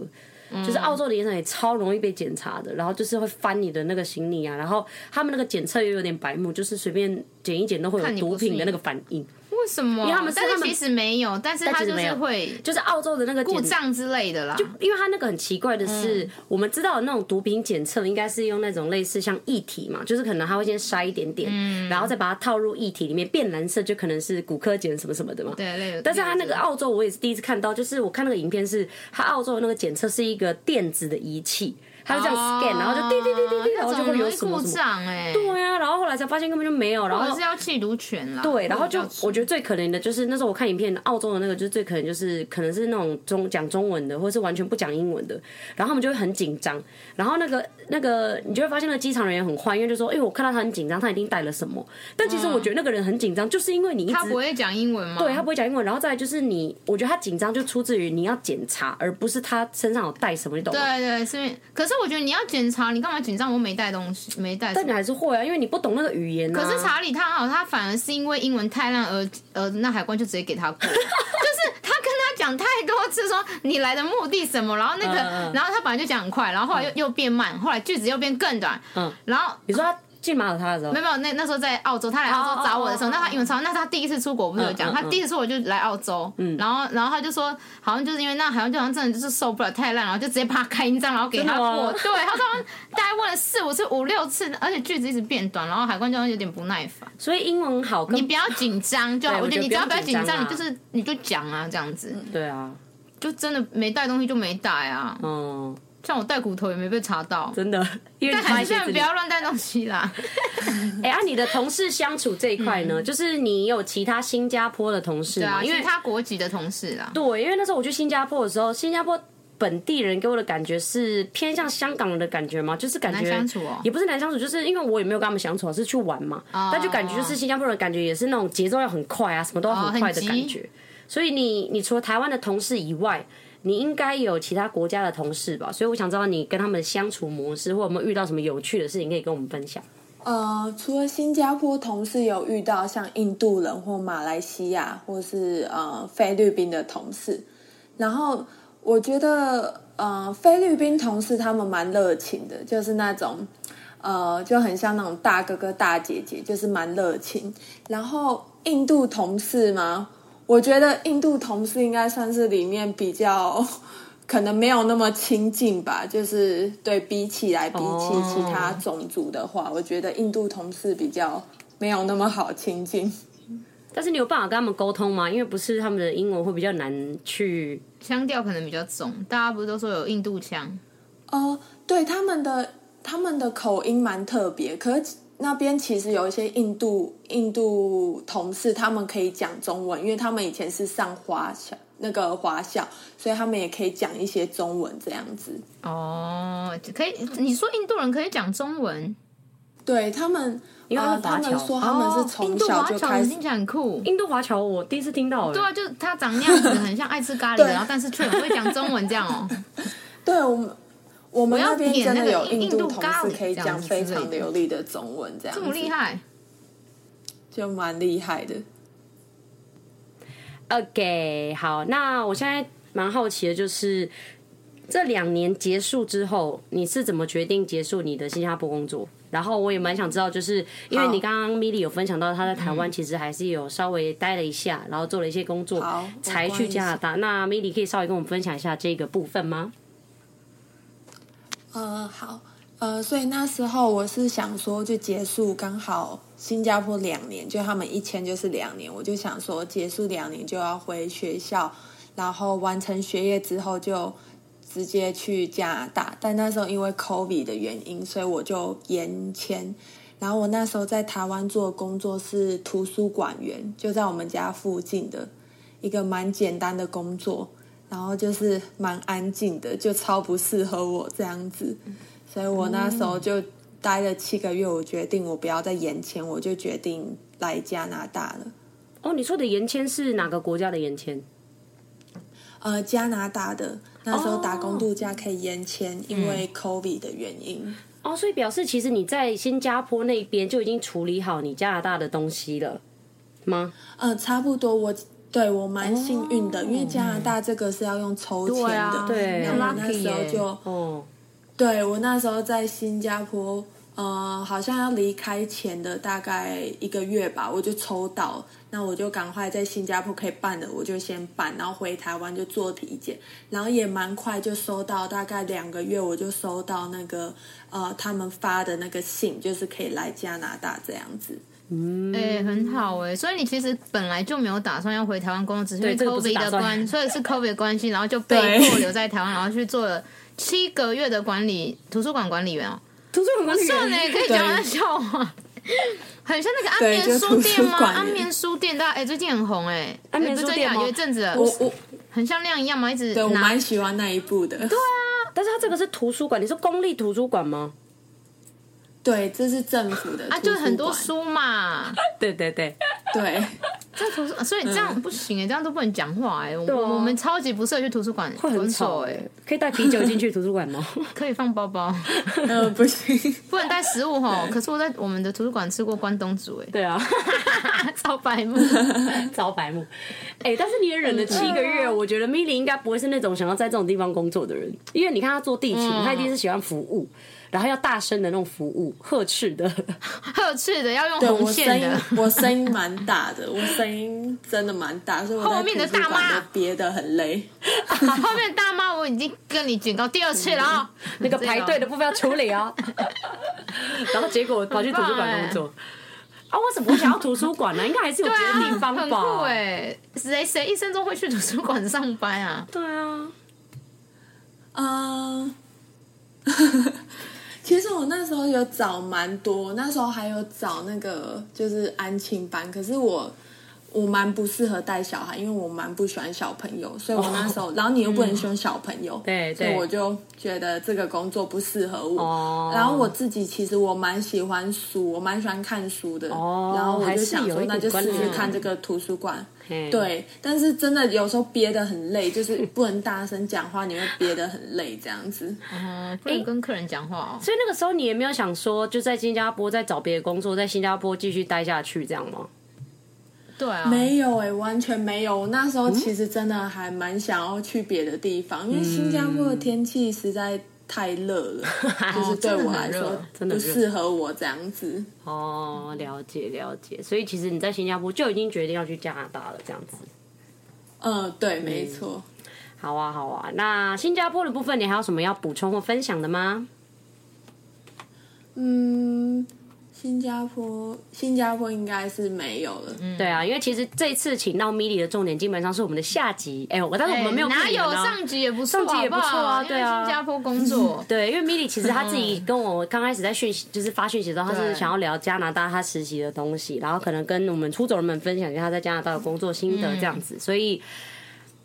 [SPEAKER 2] 嗯
[SPEAKER 1] 就是澳洲的机场也超容易被检查的，然后就是会翻你的那个行李啊，然后他们那个检测也有点白目，就是随便检一检都会
[SPEAKER 2] 看
[SPEAKER 1] 有
[SPEAKER 2] 你不
[SPEAKER 1] 毒品的
[SPEAKER 2] 顺眼
[SPEAKER 1] 那个反应，
[SPEAKER 2] 为什么？
[SPEAKER 1] 因为他们是
[SPEAKER 2] 但
[SPEAKER 1] 他
[SPEAKER 2] 是
[SPEAKER 1] 们
[SPEAKER 2] 其实没有，但是
[SPEAKER 1] 但
[SPEAKER 2] 他
[SPEAKER 1] 其实
[SPEAKER 2] 就
[SPEAKER 1] 没
[SPEAKER 2] 是
[SPEAKER 1] 有
[SPEAKER 2] 会
[SPEAKER 1] 就是澳洲的那个
[SPEAKER 2] 故
[SPEAKER 1] 检
[SPEAKER 2] 障嗯之类的啦。
[SPEAKER 1] 因为它那个很奇怪的是，我们知道的那种毒品检测应该是用那种类似像液体嘛，就是可能它会先筛一点点，
[SPEAKER 2] 嗯
[SPEAKER 1] 然后再把它套入液体里面变蓝色，就可能是骨科碱什么什么的嘛。
[SPEAKER 2] 对，类似
[SPEAKER 1] 但是它那个澳洲，我也是第一次看到，就是我看那个影片是，它澳洲的那个检测是一个电子的仪器，它就这样
[SPEAKER 2] 哦
[SPEAKER 1] scan，、然后就滴滴滴滴滴，然后就会有什么
[SPEAKER 2] 故
[SPEAKER 1] 什么。
[SPEAKER 2] 障哎、
[SPEAKER 1] 对啊，然后后来才发现根本就没有，然
[SPEAKER 2] 或者
[SPEAKER 1] 后
[SPEAKER 2] 哦是要缉毒犬啦。
[SPEAKER 1] 对，然后就
[SPEAKER 2] 或者是
[SPEAKER 1] 我觉得最可怜的就是那时候我看影片，澳洲的那个就是最可怜，就是可能是那种中讲中文的，或是完全不讲英文的，然后他们就会很紧张。然后那个那个你就会发现那个机场人员很坏，因为就说，哎、我看到他很紧张，他一定带了什么。但其实我觉得那个人很紧张，就是因为你一
[SPEAKER 2] 嗯他不
[SPEAKER 1] 直。
[SPEAKER 2] 会讲英文吗？
[SPEAKER 1] 对他不会讲英文，然后再来就是你，我觉得他紧张就出自于你要检查，而不是他身上有带什么，你懂吗？
[SPEAKER 2] 对对是因为，可是我觉得你要检查，你干嘛紧张？我没带东西，没带什
[SPEAKER 1] 但你
[SPEAKER 2] 么。
[SPEAKER 1] 还是会啊，因为你不懂那个语言、啊。
[SPEAKER 2] 可是查理他很好，他反而是因为英文太烂而而那海关就直接给他过， 就是他跟他讲太多次说你来的目的什么，然后那个，
[SPEAKER 1] 嗯嗯
[SPEAKER 2] 然后他本来就讲很快，然后后来又、又变慢，后来句子又变更短，
[SPEAKER 1] 嗯
[SPEAKER 2] 然后
[SPEAKER 1] 你说他进马耳他的时候
[SPEAKER 2] 没，有没有，那那时候在澳洲，他来澳洲找我的时候，
[SPEAKER 1] 哦哦哦
[SPEAKER 2] 那他英文超，那是他第一次出国，我不是有
[SPEAKER 1] 嗯
[SPEAKER 2] 讲，
[SPEAKER 1] 嗯
[SPEAKER 2] 他第一次出国就来澳洲，然后然后他就说，好像就是因为那好像就好像真的就是受不了太烂，然后就直接把他开一张，然后给他
[SPEAKER 1] 真的吗
[SPEAKER 2] 过，对，他他们大概问了四五次、五六次，而且句子一直变短，然后海关就有点不耐烦。
[SPEAKER 1] 所以英文好
[SPEAKER 2] 你
[SPEAKER 1] 跟
[SPEAKER 2] 不要紧张就好，
[SPEAKER 1] 对
[SPEAKER 2] 我觉得你
[SPEAKER 1] 我觉
[SPEAKER 2] 只要
[SPEAKER 1] 得不
[SPEAKER 2] 不要
[SPEAKER 1] 要紧
[SPEAKER 2] 紧
[SPEAKER 1] 张
[SPEAKER 2] 张，你
[SPEAKER 1] 啊
[SPEAKER 2] 就是你就讲啊，这样子，
[SPEAKER 1] 对啊，
[SPEAKER 2] 就真的没带东西就没带啊，
[SPEAKER 1] 嗯，
[SPEAKER 2] 像我带骨头也没被查到，
[SPEAKER 1] 真的， 因为
[SPEAKER 2] 但
[SPEAKER 1] 你发
[SPEAKER 2] 还
[SPEAKER 1] 现
[SPEAKER 2] 是
[SPEAKER 1] 自己
[SPEAKER 2] 不要乱带东西啦。
[SPEAKER 1] 哎、啊，你的同事相处这一块呢，就是你有其他新加坡的同事
[SPEAKER 2] 嗯对
[SPEAKER 1] 吗？
[SPEAKER 2] 啊，
[SPEAKER 1] 因
[SPEAKER 2] 因为
[SPEAKER 1] 为
[SPEAKER 2] 他国籍的同事啦。
[SPEAKER 1] 对，因为那时候我去新加坡的时候，新加坡本地人给我的感觉是偏向香港人的感觉嘛，就是感觉
[SPEAKER 2] 难相处哦
[SPEAKER 1] 也不是难相处，就是因为我也没有跟他们相处啊，是去玩嘛，但就感觉就是新加坡人感觉也是那种节奏要很快啊，什么都要
[SPEAKER 2] 哦
[SPEAKER 1] 很快的
[SPEAKER 2] 很急
[SPEAKER 1] 感觉。所以你你除了台湾的同事以外，你应该有其他国家的同事吧？所以我想知道你跟他们的相处模式，或有没有遇到什么有趣的事情可以跟我们分享。
[SPEAKER 3] 呃，除了新加坡同事有遇到像印度人或马来西亚或是呃菲律宾的同事，然后我觉得呃菲律宾同事他们蛮热情的，就是那种呃就很像那种大哥哥大姐姐，就是蛮热情。然后印度同事嘛，我觉得印度同事应该算是里面比较 可能没有那么亲近吧，就是对比起来比起
[SPEAKER 1] 哦
[SPEAKER 3] 其他种族的话，我觉得印度同事比较没有那么好亲近。
[SPEAKER 1] 但是你有办法跟他们沟通吗？因为不是他们的英文会比较难去，
[SPEAKER 2] 腔调可能比较重，大家不是都说有印度腔？
[SPEAKER 3] 呃，对他们的他们的口音蛮特别，可是那边其实有一些印度印度同事，他们可以讲中文，因为他们以前是上华校那个华校，所以他们也可以讲一些中文这样子。
[SPEAKER 2] 哦，可以，你说印度人可以讲中文？
[SPEAKER 3] 对他们，
[SPEAKER 1] 因为他
[SPEAKER 3] 呃，
[SPEAKER 1] 们华
[SPEAKER 3] 他们
[SPEAKER 1] 侨
[SPEAKER 3] 说他们是
[SPEAKER 2] 哦
[SPEAKER 3] 从
[SPEAKER 2] 印度
[SPEAKER 3] 小
[SPEAKER 2] 华
[SPEAKER 3] 就
[SPEAKER 2] 侨
[SPEAKER 3] 开
[SPEAKER 2] 人
[SPEAKER 3] 始
[SPEAKER 2] 听起来很酷。
[SPEAKER 1] 印度华侨我第一次听到、欸，
[SPEAKER 2] 对啊，就他长那样子，很像爱吃咖喱的，
[SPEAKER 3] 对
[SPEAKER 2] 然后但是却很会讲中文，这样哦。
[SPEAKER 3] 对我们。我们
[SPEAKER 2] 我要
[SPEAKER 3] 那边
[SPEAKER 2] 点
[SPEAKER 3] 真
[SPEAKER 2] 那
[SPEAKER 3] 的
[SPEAKER 2] 个
[SPEAKER 3] 有
[SPEAKER 2] 印
[SPEAKER 3] 印
[SPEAKER 2] 度
[SPEAKER 3] 度同
[SPEAKER 2] 咖喱
[SPEAKER 3] 事可以
[SPEAKER 2] 这样
[SPEAKER 3] 讲
[SPEAKER 2] 子
[SPEAKER 3] 非
[SPEAKER 2] 之类
[SPEAKER 3] 常
[SPEAKER 2] 的
[SPEAKER 3] 流利的中文，这样
[SPEAKER 2] 这么
[SPEAKER 3] 子
[SPEAKER 2] 厉害，
[SPEAKER 3] 就蛮厉害的。
[SPEAKER 1] OK，好，那我现在蛮好奇的就是，这两年结束之后，你是怎么决定结束你的新加坡工作？然后我也蛮想知道，就是因为
[SPEAKER 3] 好
[SPEAKER 1] 你刚刚 Milly 有分享到她在台湾其实还是有稍微待了一下，然后做了一些工作
[SPEAKER 3] 好，
[SPEAKER 1] 才
[SPEAKER 3] 我关
[SPEAKER 1] 去
[SPEAKER 3] 一下
[SPEAKER 1] 加拿大。那 Milly 可以稍微跟我们分享一下这个部分吗？
[SPEAKER 3] 嗯，好，呃，所以那时候我是想说，就结束刚好新加坡两年，就他们一签就是两年，我就想说结束两年就要回学校，然后完成学业之后就直接去加拿大。但那时候因为 COVID 的原因，所以我就延签。然后我那时候在台湾做的工作是图书馆员，就在我们家附近的一个蛮简单的工作。然后就是蛮安静的，就超不适合我这样子，所以我那时候就待了七个月，我决定我不要再延签，我就决定来加拿大了。
[SPEAKER 1] 哦，你说的延签是哪个国家的延签？
[SPEAKER 3] 呃，加拿大的那时候
[SPEAKER 1] 哦
[SPEAKER 3] 打工度假可以延签，因为
[SPEAKER 2] 嗯
[SPEAKER 3] COVID 的原因。
[SPEAKER 1] 哦，所以表示其实你在新加坡那边就已经处理好你加拿大的东西了吗？
[SPEAKER 3] 呃，差不多我。对我蛮幸运的，
[SPEAKER 1] 哦
[SPEAKER 3] 因为加拿大这个是要用抽签
[SPEAKER 2] 对啊
[SPEAKER 3] 的，
[SPEAKER 1] 对
[SPEAKER 3] 然后我那时候
[SPEAKER 2] Lucky 耶
[SPEAKER 3] 就
[SPEAKER 1] 哦，
[SPEAKER 3] 对我那时候在新加坡，呃，好像要离开前的大概一个月吧，我就抽到，那我就赶快在新加坡可以办的，我就先办，然后回台湾就做体检，然后也蛮快就收到，大概两个月我就收到那个呃他们发的那个信，就是可以来加拿大这样子。
[SPEAKER 1] 嗯
[SPEAKER 2] 哎、很好哎、所以你其实本来就没有打算要回台湾工作，只是因为
[SPEAKER 1] 对这个不是
[SPEAKER 2] COVID
[SPEAKER 1] 打
[SPEAKER 2] 的
[SPEAKER 1] 算
[SPEAKER 2] 关， 所以是 COVID 的关系，然后就被
[SPEAKER 3] 对
[SPEAKER 2] 迫留在台湾，然后去做了七个月的管理图书馆管理 员哦、
[SPEAKER 1] 图书馆管理
[SPEAKER 2] 算
[SPEAKER 1] 员
[SPEAKER 2] 了，可以讲那笑话，很像那个安
[SPEAKER 3] 对
[SPEAKER 2] 眠书店
[SPEAKER 3] 就图
[SPEAKER 2] 吗？
[SPEAKER 3] 书馆
[SPEAKER 2] 安眠书店，大家哎、最近很红哎、
[SPEAKER 1] 安眠书店吗
[SPEAKER 2] 哎不是最近啊有一阵子了
[SPEAKER 3] 我我
[SPEAKER 2] 很像那样一样嘛，一直
[SPEAKER 3] 对我
[SPEAKER 2] 拿
[SPEAKER 3] 蛮喜欢那一部的，对
[SPEAKER 2] 啊
[SPEAKER 1] 但是它这个是图书馆，你是公立图书馆吗？
[SPEAKER 3] 对，这是政府的
[SPEAKER 2] 啊，就
[SPEAKER 3] 图书
[SPEAKER 2] 很多
[SPEAKER 3] 馆，
[SPEAKER 2] 书嘛，
[SPEAKER 1] 对对对，
[SPEAKER 3] 对。
[SPEAKER 2] 在图书，所以这样不行哎、这样都不能讲话哎、我
[SPEAKER 1] 对啊
[SPEAKER 2] 我们超级不适合去图书馆
[SPEAKER 1] 会很
[SPEAKER 2] 蹲
[SPEAKER 1] 吵
[SPEAKER 2] 守
[SPEAKER 1] 哎、
[SPEAKER 2] 哎、
[SPEAKER 1] 可以带啤酒进去图书馆吗？
[SPEAKER 2] 可以放包包，
[SPEAKER 3] 呃，不行，
[SPEAKER 2] 不能带食物吼。可是我在我们的图书馆吃过关东煮哎、
[SPEAKER 1] 对啊，
[SPEAKER 2] 超白目。
[SPEAKER 1] 招白目。哎、但是你也忍了七个月，我觉得 Milly 应该不会是那种想要在这种地方工作的人，因为你看他做地勤，他一定是喜欢服务，然后要大声的那种服务，呵斥的。
[SPEAKER 2] 还有吃的要用
[SPEAKER 3] 对
[SPEAKER 2] 红
[SPEAKER 3] 我声
[SPEAKER 2] 线
[SPEAKER 3] 音
[SPEAKER 2] 的，，
[SPEAKER 3] 我声音蛮大的，我声音真的蛮大，所以我
[SPEAKER 2] 后面的
[SPEAKER 3] 在图书
[SPEAKER 2] 大
[SPEAKER 3] 馆
[SPEAKER 2] 妈
[SPEAKER 3] 都憋得很累。
[SPEAKER 2] 后面大妈我已经跟你警告第二次了哦，
[SPEAKER 1] 嗯那个排队的部分要处理哦。 然后结果我跑去图书 馆工作。啊，为什么我想要图书馆呢？应该还是有
[SPEAKER 2] 对
[SPEAKER 1] 别
[SPEAKER 2] 啊，
[SPEAKER 1] 的地方
[SPEAKER 2] 很
[SPEAKER 1] 吧
[SPEAKER 2] 酷？哎！谁谁一生中会去图书馆上 班啊？
[SPEAKER 1] 对啊，
[SPEAKER 3] 嗯， 其实我那时候有找蛮多，那时候还有找那个就是安亲班，可是我我蛮不适合带小孩，因为我蛮不喜欢小朋友，所以我那
[SPEAKER 2] 哦
[SPEAKER 3] 时候，然后你又不
[SPEAKER 2] 嗯
[SPEAKER 3] 能凶小朋友，
[SPEAKER 1] 对
[SPEAKER 3] 所以
[SPEAKER 1] 对
[SPEAKER 3] 我就觉得这个工作不适合我。
[SPEAKER 1] 哦
[SPEAKER 3] 然后我自己其实我蛮喜欢书，我蛮喜欢看书的，
[SPEAKER 1] 哦
[SPEAKER 3] 然后我
[SPEAKER 1] 还
[SPEAKER 3] 就是想
[SPEAKER 1] 有
[SPEAKER 3] 说
[SPEAKER 1] 一
[SPEAKER 3] 那
[SPEAKER 1] 点
[SPEAKER 3] 就试
[SPEAKER 1] 关
[SPEAKER 3] 试
[SPEAKER 1] 联嗯
[SPEAKER 3] 看这个图书馆。
[SPEAKER 1] 嘿，
[SPEAKER 3] 对，但是真的有时候憋得很累，就是不能大声讲话，你会憋得很累这样子。
[SPEAKER 1] 哦
[SPEAKER 2] 嗯，不能跟客人讲话哦。
[SPEAKER 1] 所以那个时候你也没有想说，就在新加坡再找别的工作，在新加坡继续待下去这样吗？
[SPEAKER 2] 对啊，
[SPEAKER 3] 没有哎、完全没有。我那时候其实真的还蛮想要去别的地
[SPEAKER 1] 嗯
[SPEAKER 3] 方，因为新加坡的天气实在太 热了，就是对我来说
[SPEAKER 1] 哦真的很热真的
[SPEAKER 3] 不
[SPEAKER 1] 很热
[SPEAKER 3] 适合我这样子。
[SPEAKER 1] 哦，了解了解。所以其实你在新加坡就已经决定要去加拿大了，这样子。
[SPEAKER 3] 嗯，对，没错。
[SPEAKER 1] 好啊，好啊。那新加坡的部分，你还有什么要补充或分享的吗？
[SPEAKER 3] 嗯，新加坡，新加坡应该是没有了。
[SPEAKER 2] 嗯
[SPEAKER 1] 对啊，因为其实这一次请到 Milly 的重点，基本上是我们的下集。哎、我但是我
[SPEAKER 2] 哎
[SPEAKER 1] 们啊没有、
[SPEAKER 2] 哪有上集也不错，
[SPEAKER 1] 上集也不错啊
[SPEAKER 2] 好好
[SPEAKER 1] 对啊，
[SPEAKER 2] 因为新加坡工作
[SPEAKER 1] 对，因为 Milly 其实她自己跟我刚开始在讯息，就是发讯息的时候，她是
[SPEAKER 2] 嗯对
[SPEAKER 1] 想要聊加拿大她实习的东西，然后可能跟我们出走人们分享一下她在加拿大的工作心
[SPEAKER 2] 嗯
[SPEAKER 1] 得这样子，所以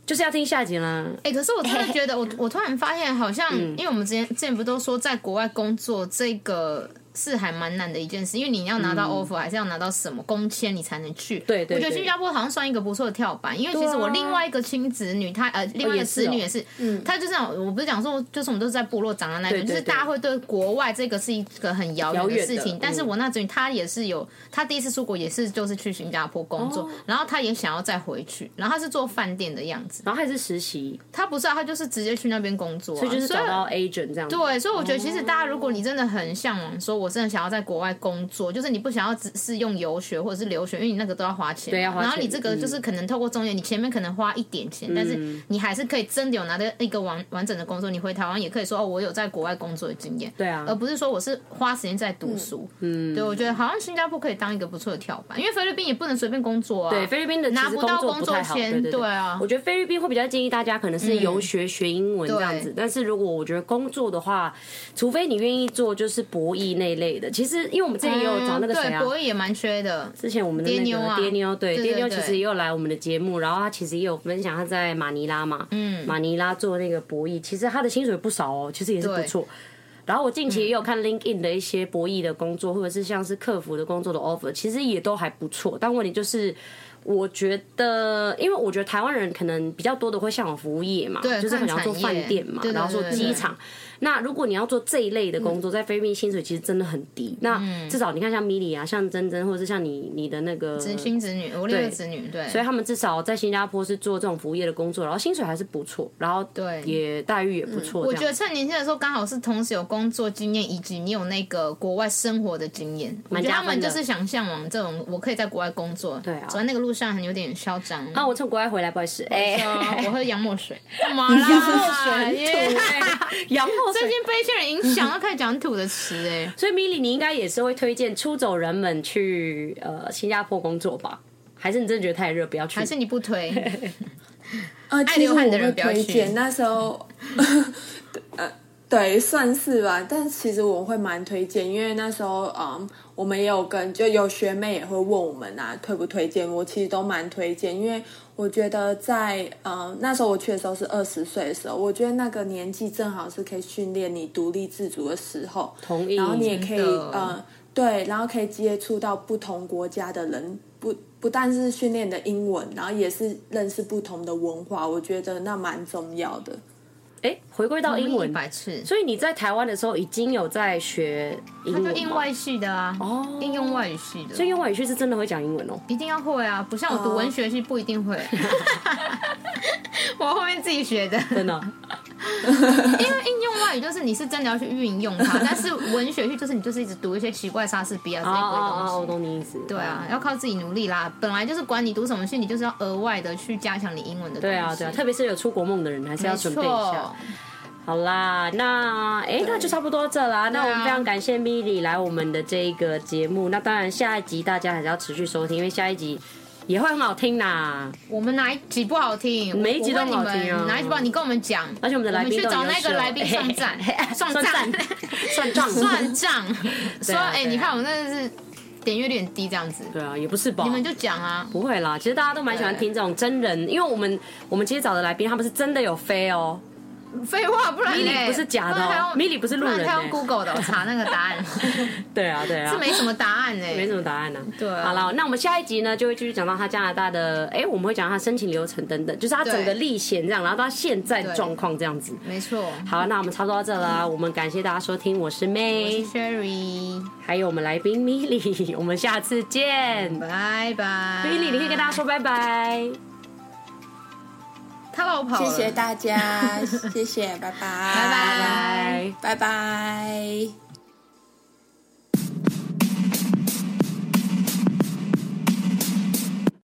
[SPEAKER 1] 就是要听下集啦。
[SPEAKER 2] 哎、可是我真 的
[SPEAKER 1] 嗯
[SPEAKER 2] 觉得我，我突然发现，好像、因为我们之前之前不都说，在国外工作这个是还蛮难的一件事，因为你要拿到 offer，、还是要拿到什么工签，你才能去。
[SPEAKER 1] 嗯对对
[SPEAKER 2] 我觉得
[SPEAKER 1] 对
[SPEAKER 2] 新加坡好像算一个不错的跳板，因为其实
[SPEAKER 1] 对啊
[SPEAKER 2] 我另外一个亲子女，她呃，另外一个
[SPEAKER 1] 也是
[SPEAKER 2] 子女
[SPEAKER 1] 哦
[SPEAKER 2] 也是，她就是那种我不是讲说，就是我们都是在部落长大那
[SPEAKER 1] 对
[SPEAKER 2] 种，
[SPEAKER 1] 对
[SPEAKER 2] 就是
[SPEAKER 1] 对
[SPEAKER 2] 大家会对国外这个是一个很遥
[SPEAKER 1] 遥
[SPEAKER 2] 远
[SPEAKER 1] 远
[SPEAKER 2] 的事
[SPEAKER 1] 的
[SPEAKER 2] 情，但是
[SPEAKER 1] 嗯
[SPEAKER 2] 我那子女她也是有，她第一次出国也是就是去新加坡工
[SPEAKER 1] 哦
[SPEAKER 2] 作，然后她也想要再回去，然后她是做饭店的样子，
[SPEAKER 1] 然后还是实习，
[SPEAKER 2] 她不是啊，她就是直接去那边工作啊、所
[SPEAKER 1] 就是找到 agent 这样子。
[SPEAKER 2] 对，所以我觉得其实大家，如果你真的很向往，说我真的想要在国外工作，就是你不想要只是用游学或者是留学，因为你那个都要花钱嘛，
[SPEAKER 1] 对要花
[SPEAKER 2] 然后你
[SPEAKER 1] 钱嗯
[SPEAKER 2] 这个就是可能透过中间，你前面可能花一点钱，但是你还是可以真的有拿到一个完完整的工作。你回台湾也可以说哦，我有在国外工作的经验，
[SPEAKER 1] 对啊
[SPEAKER 2] 而不是说我是花时间在读书。嗯，对，我觉得好像新加坡可以当一个不错的跳板，因为菲律宾也不能随便工作啊。
[SPEAKER 1] 对菲律宾的其
[SPEAKER 2] 拿
[SPEAKER 1] 实
[SPEAKER 2] 不到
[SPEAKER 1] 作
[SPEAKER 2] 工
[SPEAKER 1] 不
[SPEAKER 2] 作
[SPEAKER 1] 太好，
[SPEAKER 2] 签
[SPEAKER 1] 对对
[SPEAKER 2] 对啊
[SPEAKER 1] 我觉得菲律宾会比较建议大家可能是游学、学英文这样子
[SPEAKER 2] 对，
[SPEAKER 1] 但是如果我觉得工作的话，除非你愿意做就是博弈那一类的。其实因为我们之前也有找那个谁啊
[SPEAKER 2] 嗯对，。国语也蛮缺的。
[SPEAKER 1] 之前我们的那个
[SPEAKER 2] 爹妞啊
[SPEAKER 1] 爹妞，对
[SPEAKER 2] 对对
[SPEAKER 1] 爹妞
[SPEAKER 2] 对
[SPEAKER 1] 其实也有来我们的节目，然后他其实也有分享他在马尼拉嘛，嗯，马尼拉做那个博弈，其实他的薪水不少哦，其实也是不
[SPEAKER 2] 对
[SPEAKER 1] 错。然后我近期也有看 LinkedIn 的一些博弈的工作，或者是像是客服的工作的 offer，其实也都还不错。但问题就是，我觉得，因为我觉得台湾人可能比较多的会向往服务业嘛，
[SPEAKER 2] 对
[SPEAKER 1] 就是
[SPEAKER 2] 看
[SPEAKER 1] 很想做
[SPEAKER 2] 产
[SPEAKER 1] 饭
[SPEAKER 2] 业
[SPEAKER 1] 店嘛，
[SPEAKER 2] 对对
[SPEAKER 1] 然后做
[SPEAKER 2] 对对
[SPEAKER 1] 机
[SPEAKER 2] 对
[SPEAKER 1] 场。那如果你要做这一
[SPEAKER 2] 嗯
[SPEAKER 1] 类的工作，在菲律宾薪水其实真的很低。那至少你看像米莉啊，像珍珍，或者是像你你的那个
[SPEAKER 2] 子亲子女，我六个子女，对，
[SPEAKER 1] 嗯所以他们至少在新加坡是做这种服务业的工作，然后薪水还是不错，然后
[SPEAKER 2] 对嗯
[SPEAKER 1] 也待遇也不错。
[SPEAKER 2] 我
[SPEAKER 1] 这
[SPEAKER 2] 觉得
[SPEAKER 1] 样
[SPEAKER 2] 趁年轻的时候，刚好是同时有工作经验，以及你有那个国外生活的经验。我觉得他
[SPEAKER 1] 加分
[SPEAKER 2] 们
[SPEAKER 1] 的
[SPEAKER 2] 就是想向往这种，我可以在国外工作。对
[SPEAKER 1] 啊
[SPEAKER 2] 走在那个路上很有点嚣张。
[SPEAKER 1] 啊，我从国外回来，不好意思，哎、
[SPEAKER 2] 啊我喝洋 墨水，干嘛啦？耶
[SPEAKER 1] 洋墨
[SPEAKER 2] 最
[SPEAKER 1] 哎水。
[SPEAKER 2] 近被一些人影响，他开始讲土的词 哎。
[SPEAKER 1] 所以米莉，你应该也是会推荐出走人们去呃新加坡工作吧？还是你真的觉得太热，不要去？
[SPEAKER 2] 还是你不推？
[SPEAKER 3] 呃，
[SPEAKER 2] 爱
[SPEAKER 3] 其实
[SPEAKER 2] 流
[SPEAKER 3] 我
[SPEAKER 2] 汗的
[SPEAKER 3] 会
[SPEAKER 2] 人不要
[SPEAKER 3] 推
[SPEAKER 2] 去
[SPEAKER 3] 荐那时候， 呃，对，算是吧。但其实我会蛮推荐，因为那时候，嗯，我们也有跟就有学妹也会问我们啊，推不推荐？我其实都蛮推荐，因为我觉得在嗯那时候我去的时候是二十岁的时候，我觉得那个年纪正好是可以训练你独立自主的时候。
[SPEAKER 1] 同意
[SPEAKER 3] 然后你也可
[SPEAKER 2] 真
[SPEAKER 3] 以
[SPEAKER 2] 的
[SPEAKER 3] 呃，对，然后可以接触到不同国家的人，不不但是训练的英文，然后也是认识不同的文化，我觉得那蛮重要的。
[SPEAKER 1] 哎、回归到英文，
[SPEAKER 2] 白痴，
[SPEAKER 1] 所以你在台湾的时候已经有在学英
[SPEAKER 2] 他
[SPEAKER 1] 文
[SPEAKER 2] 就
[SPEAKER 1] 吗
[SPEAKER 2] 英外系的啊，
[SPEAKER 1] 哦
[SPEAKER 2] 应用外语系的，
[SPEAKER 1] 所以用外语去是真的会讲英文哦。
[SPEAKER 2] 一定要会啊，不像我读
[SPEAKER 3] 哦
[SPEAKER 2] 文学系不一定会。 我后面自己学的。
[SPEAKER 1] 真 的，
[SPEAKER 2] 因为应用外语就是你是真的要去运用 它，但是文学系就是你就是一直读一些奇怪莎士比亚这
[SPEAKER 1] 哦
[SPEAKER 2] 一
[SPEAKER 1] 哦
[SPEAKER 2] 堆东西。
[SPEAKER 1] 哦，我懂你意思。
[SPEAKER 2] 对啊，要靠自己努力啦。本来就是管你读什么系，你就是要额外的去加强你英文的东西。
[SPEAKER 1] 对啊，对啊，特别是有出国梦的人，还是要
[SPEAKER 2] 嗯没
[SPEAKER 1] 准备一下
[SPEAKER 2] 错。。
[SPEAKER 1] 好啦，那哎，那就差不多这啦。那我们
[SPEAKER 2] 对啊
[SPEAKER 1] 非常感谢 Milly 来我们的这一个节目。那当然，下一集大家还是要持续收听，因为下一集也会很好听啦。
[SPEAKER 2] 我们哪一集不好听？
[SPEAKER 1] 每一集都
[SPEAKER 2] 我问你
[SPEAKER 1] 好听啊
[SPEAKER 2] 们哪一集不好？你跟我们讲。
[SPEAKER 1] 而且我们的来
[SPEAKER 2] 我们
[SPEAKER 1] 宾
[SPEAKER 2] 去
[SPEAKER 1] 都
[SPEAKER 2] 找
[SPEAKER 1] 很优
[SPEAKER 2] 那
[SPEAKER 1] 秀，
[SPEAKER 2] 个来宾算账算
[SPEAKER 1] 算账，算
[SPEAKER 2] 账
[SPEAKER 1] 账，
[SPEAKER 2] 算账。说，
[SPEAKER 1] 啊对
[SPEAKER 2] 哎，
[SPEAKER 1] 啊
[SPEAKER 2] 你看我真的是点阅率很低这样子，
[SPEAKER 1] 对啊，也不是吧？
[SPEAKER 2] 你们就讲啊。
[SPEAKER 1] 不会啦，其实大家都蛮喜欢听这种真人，因为我们我们今天找的来宾他们是真的有飞哦，
[SPEAKER 2] 废话，不然嘞
[SPEAKER 1] Milly 不是假的哦
[SPEAKER 2] 不然他用
[SPEAKER 1] Milly 不是路人
[SPEAKER 2] 不然他
[SPEAKER 1] 欸
[SPEAKER 2] 用 Google 的，我查 那个答案是
[SPEAKER 1] 对啊对啊，
[SPEAKER 2] 没什么答案哎，
[SPEAKER 1] 没什么答案呢、
[SPEAKER 2] 对啊
[SPEAKER 1] 好了，那我们下一集呢就会继续讲到他加拿大的，哎、我们会讲他申请流程等等，就是他整个历险这样，然后到他现在的状况这样子。
[SPEAKER 2] 没错。
[SPEAKER 1] 好，那我们差不多到这啦，我们感谢大家收听，我是
[SPEAKER 2] 我是
[SPEAKER 1] May，
[SPEAKER 2] Sherry，
[SPEAKER 1] 还有我们来宾 Milly，我们下次见。
[SPEAKER 2] 拜拜。
[SPEAKER 1] Milly，你可以跟大家说拜拜。
[SPEAKER 2] 他老跑
[SPEAKER 3] 谢
[SPEAKER 2] 了
[SPEAKER 3] 谢大家，谢谢，拜拜，
[SPEAKER 2] 拜
[SPEAKER 1] 拜
[SPEAKER 2] 拜
[SPEAKER 1] 拜。
[SPEAKER 3] 拜拜。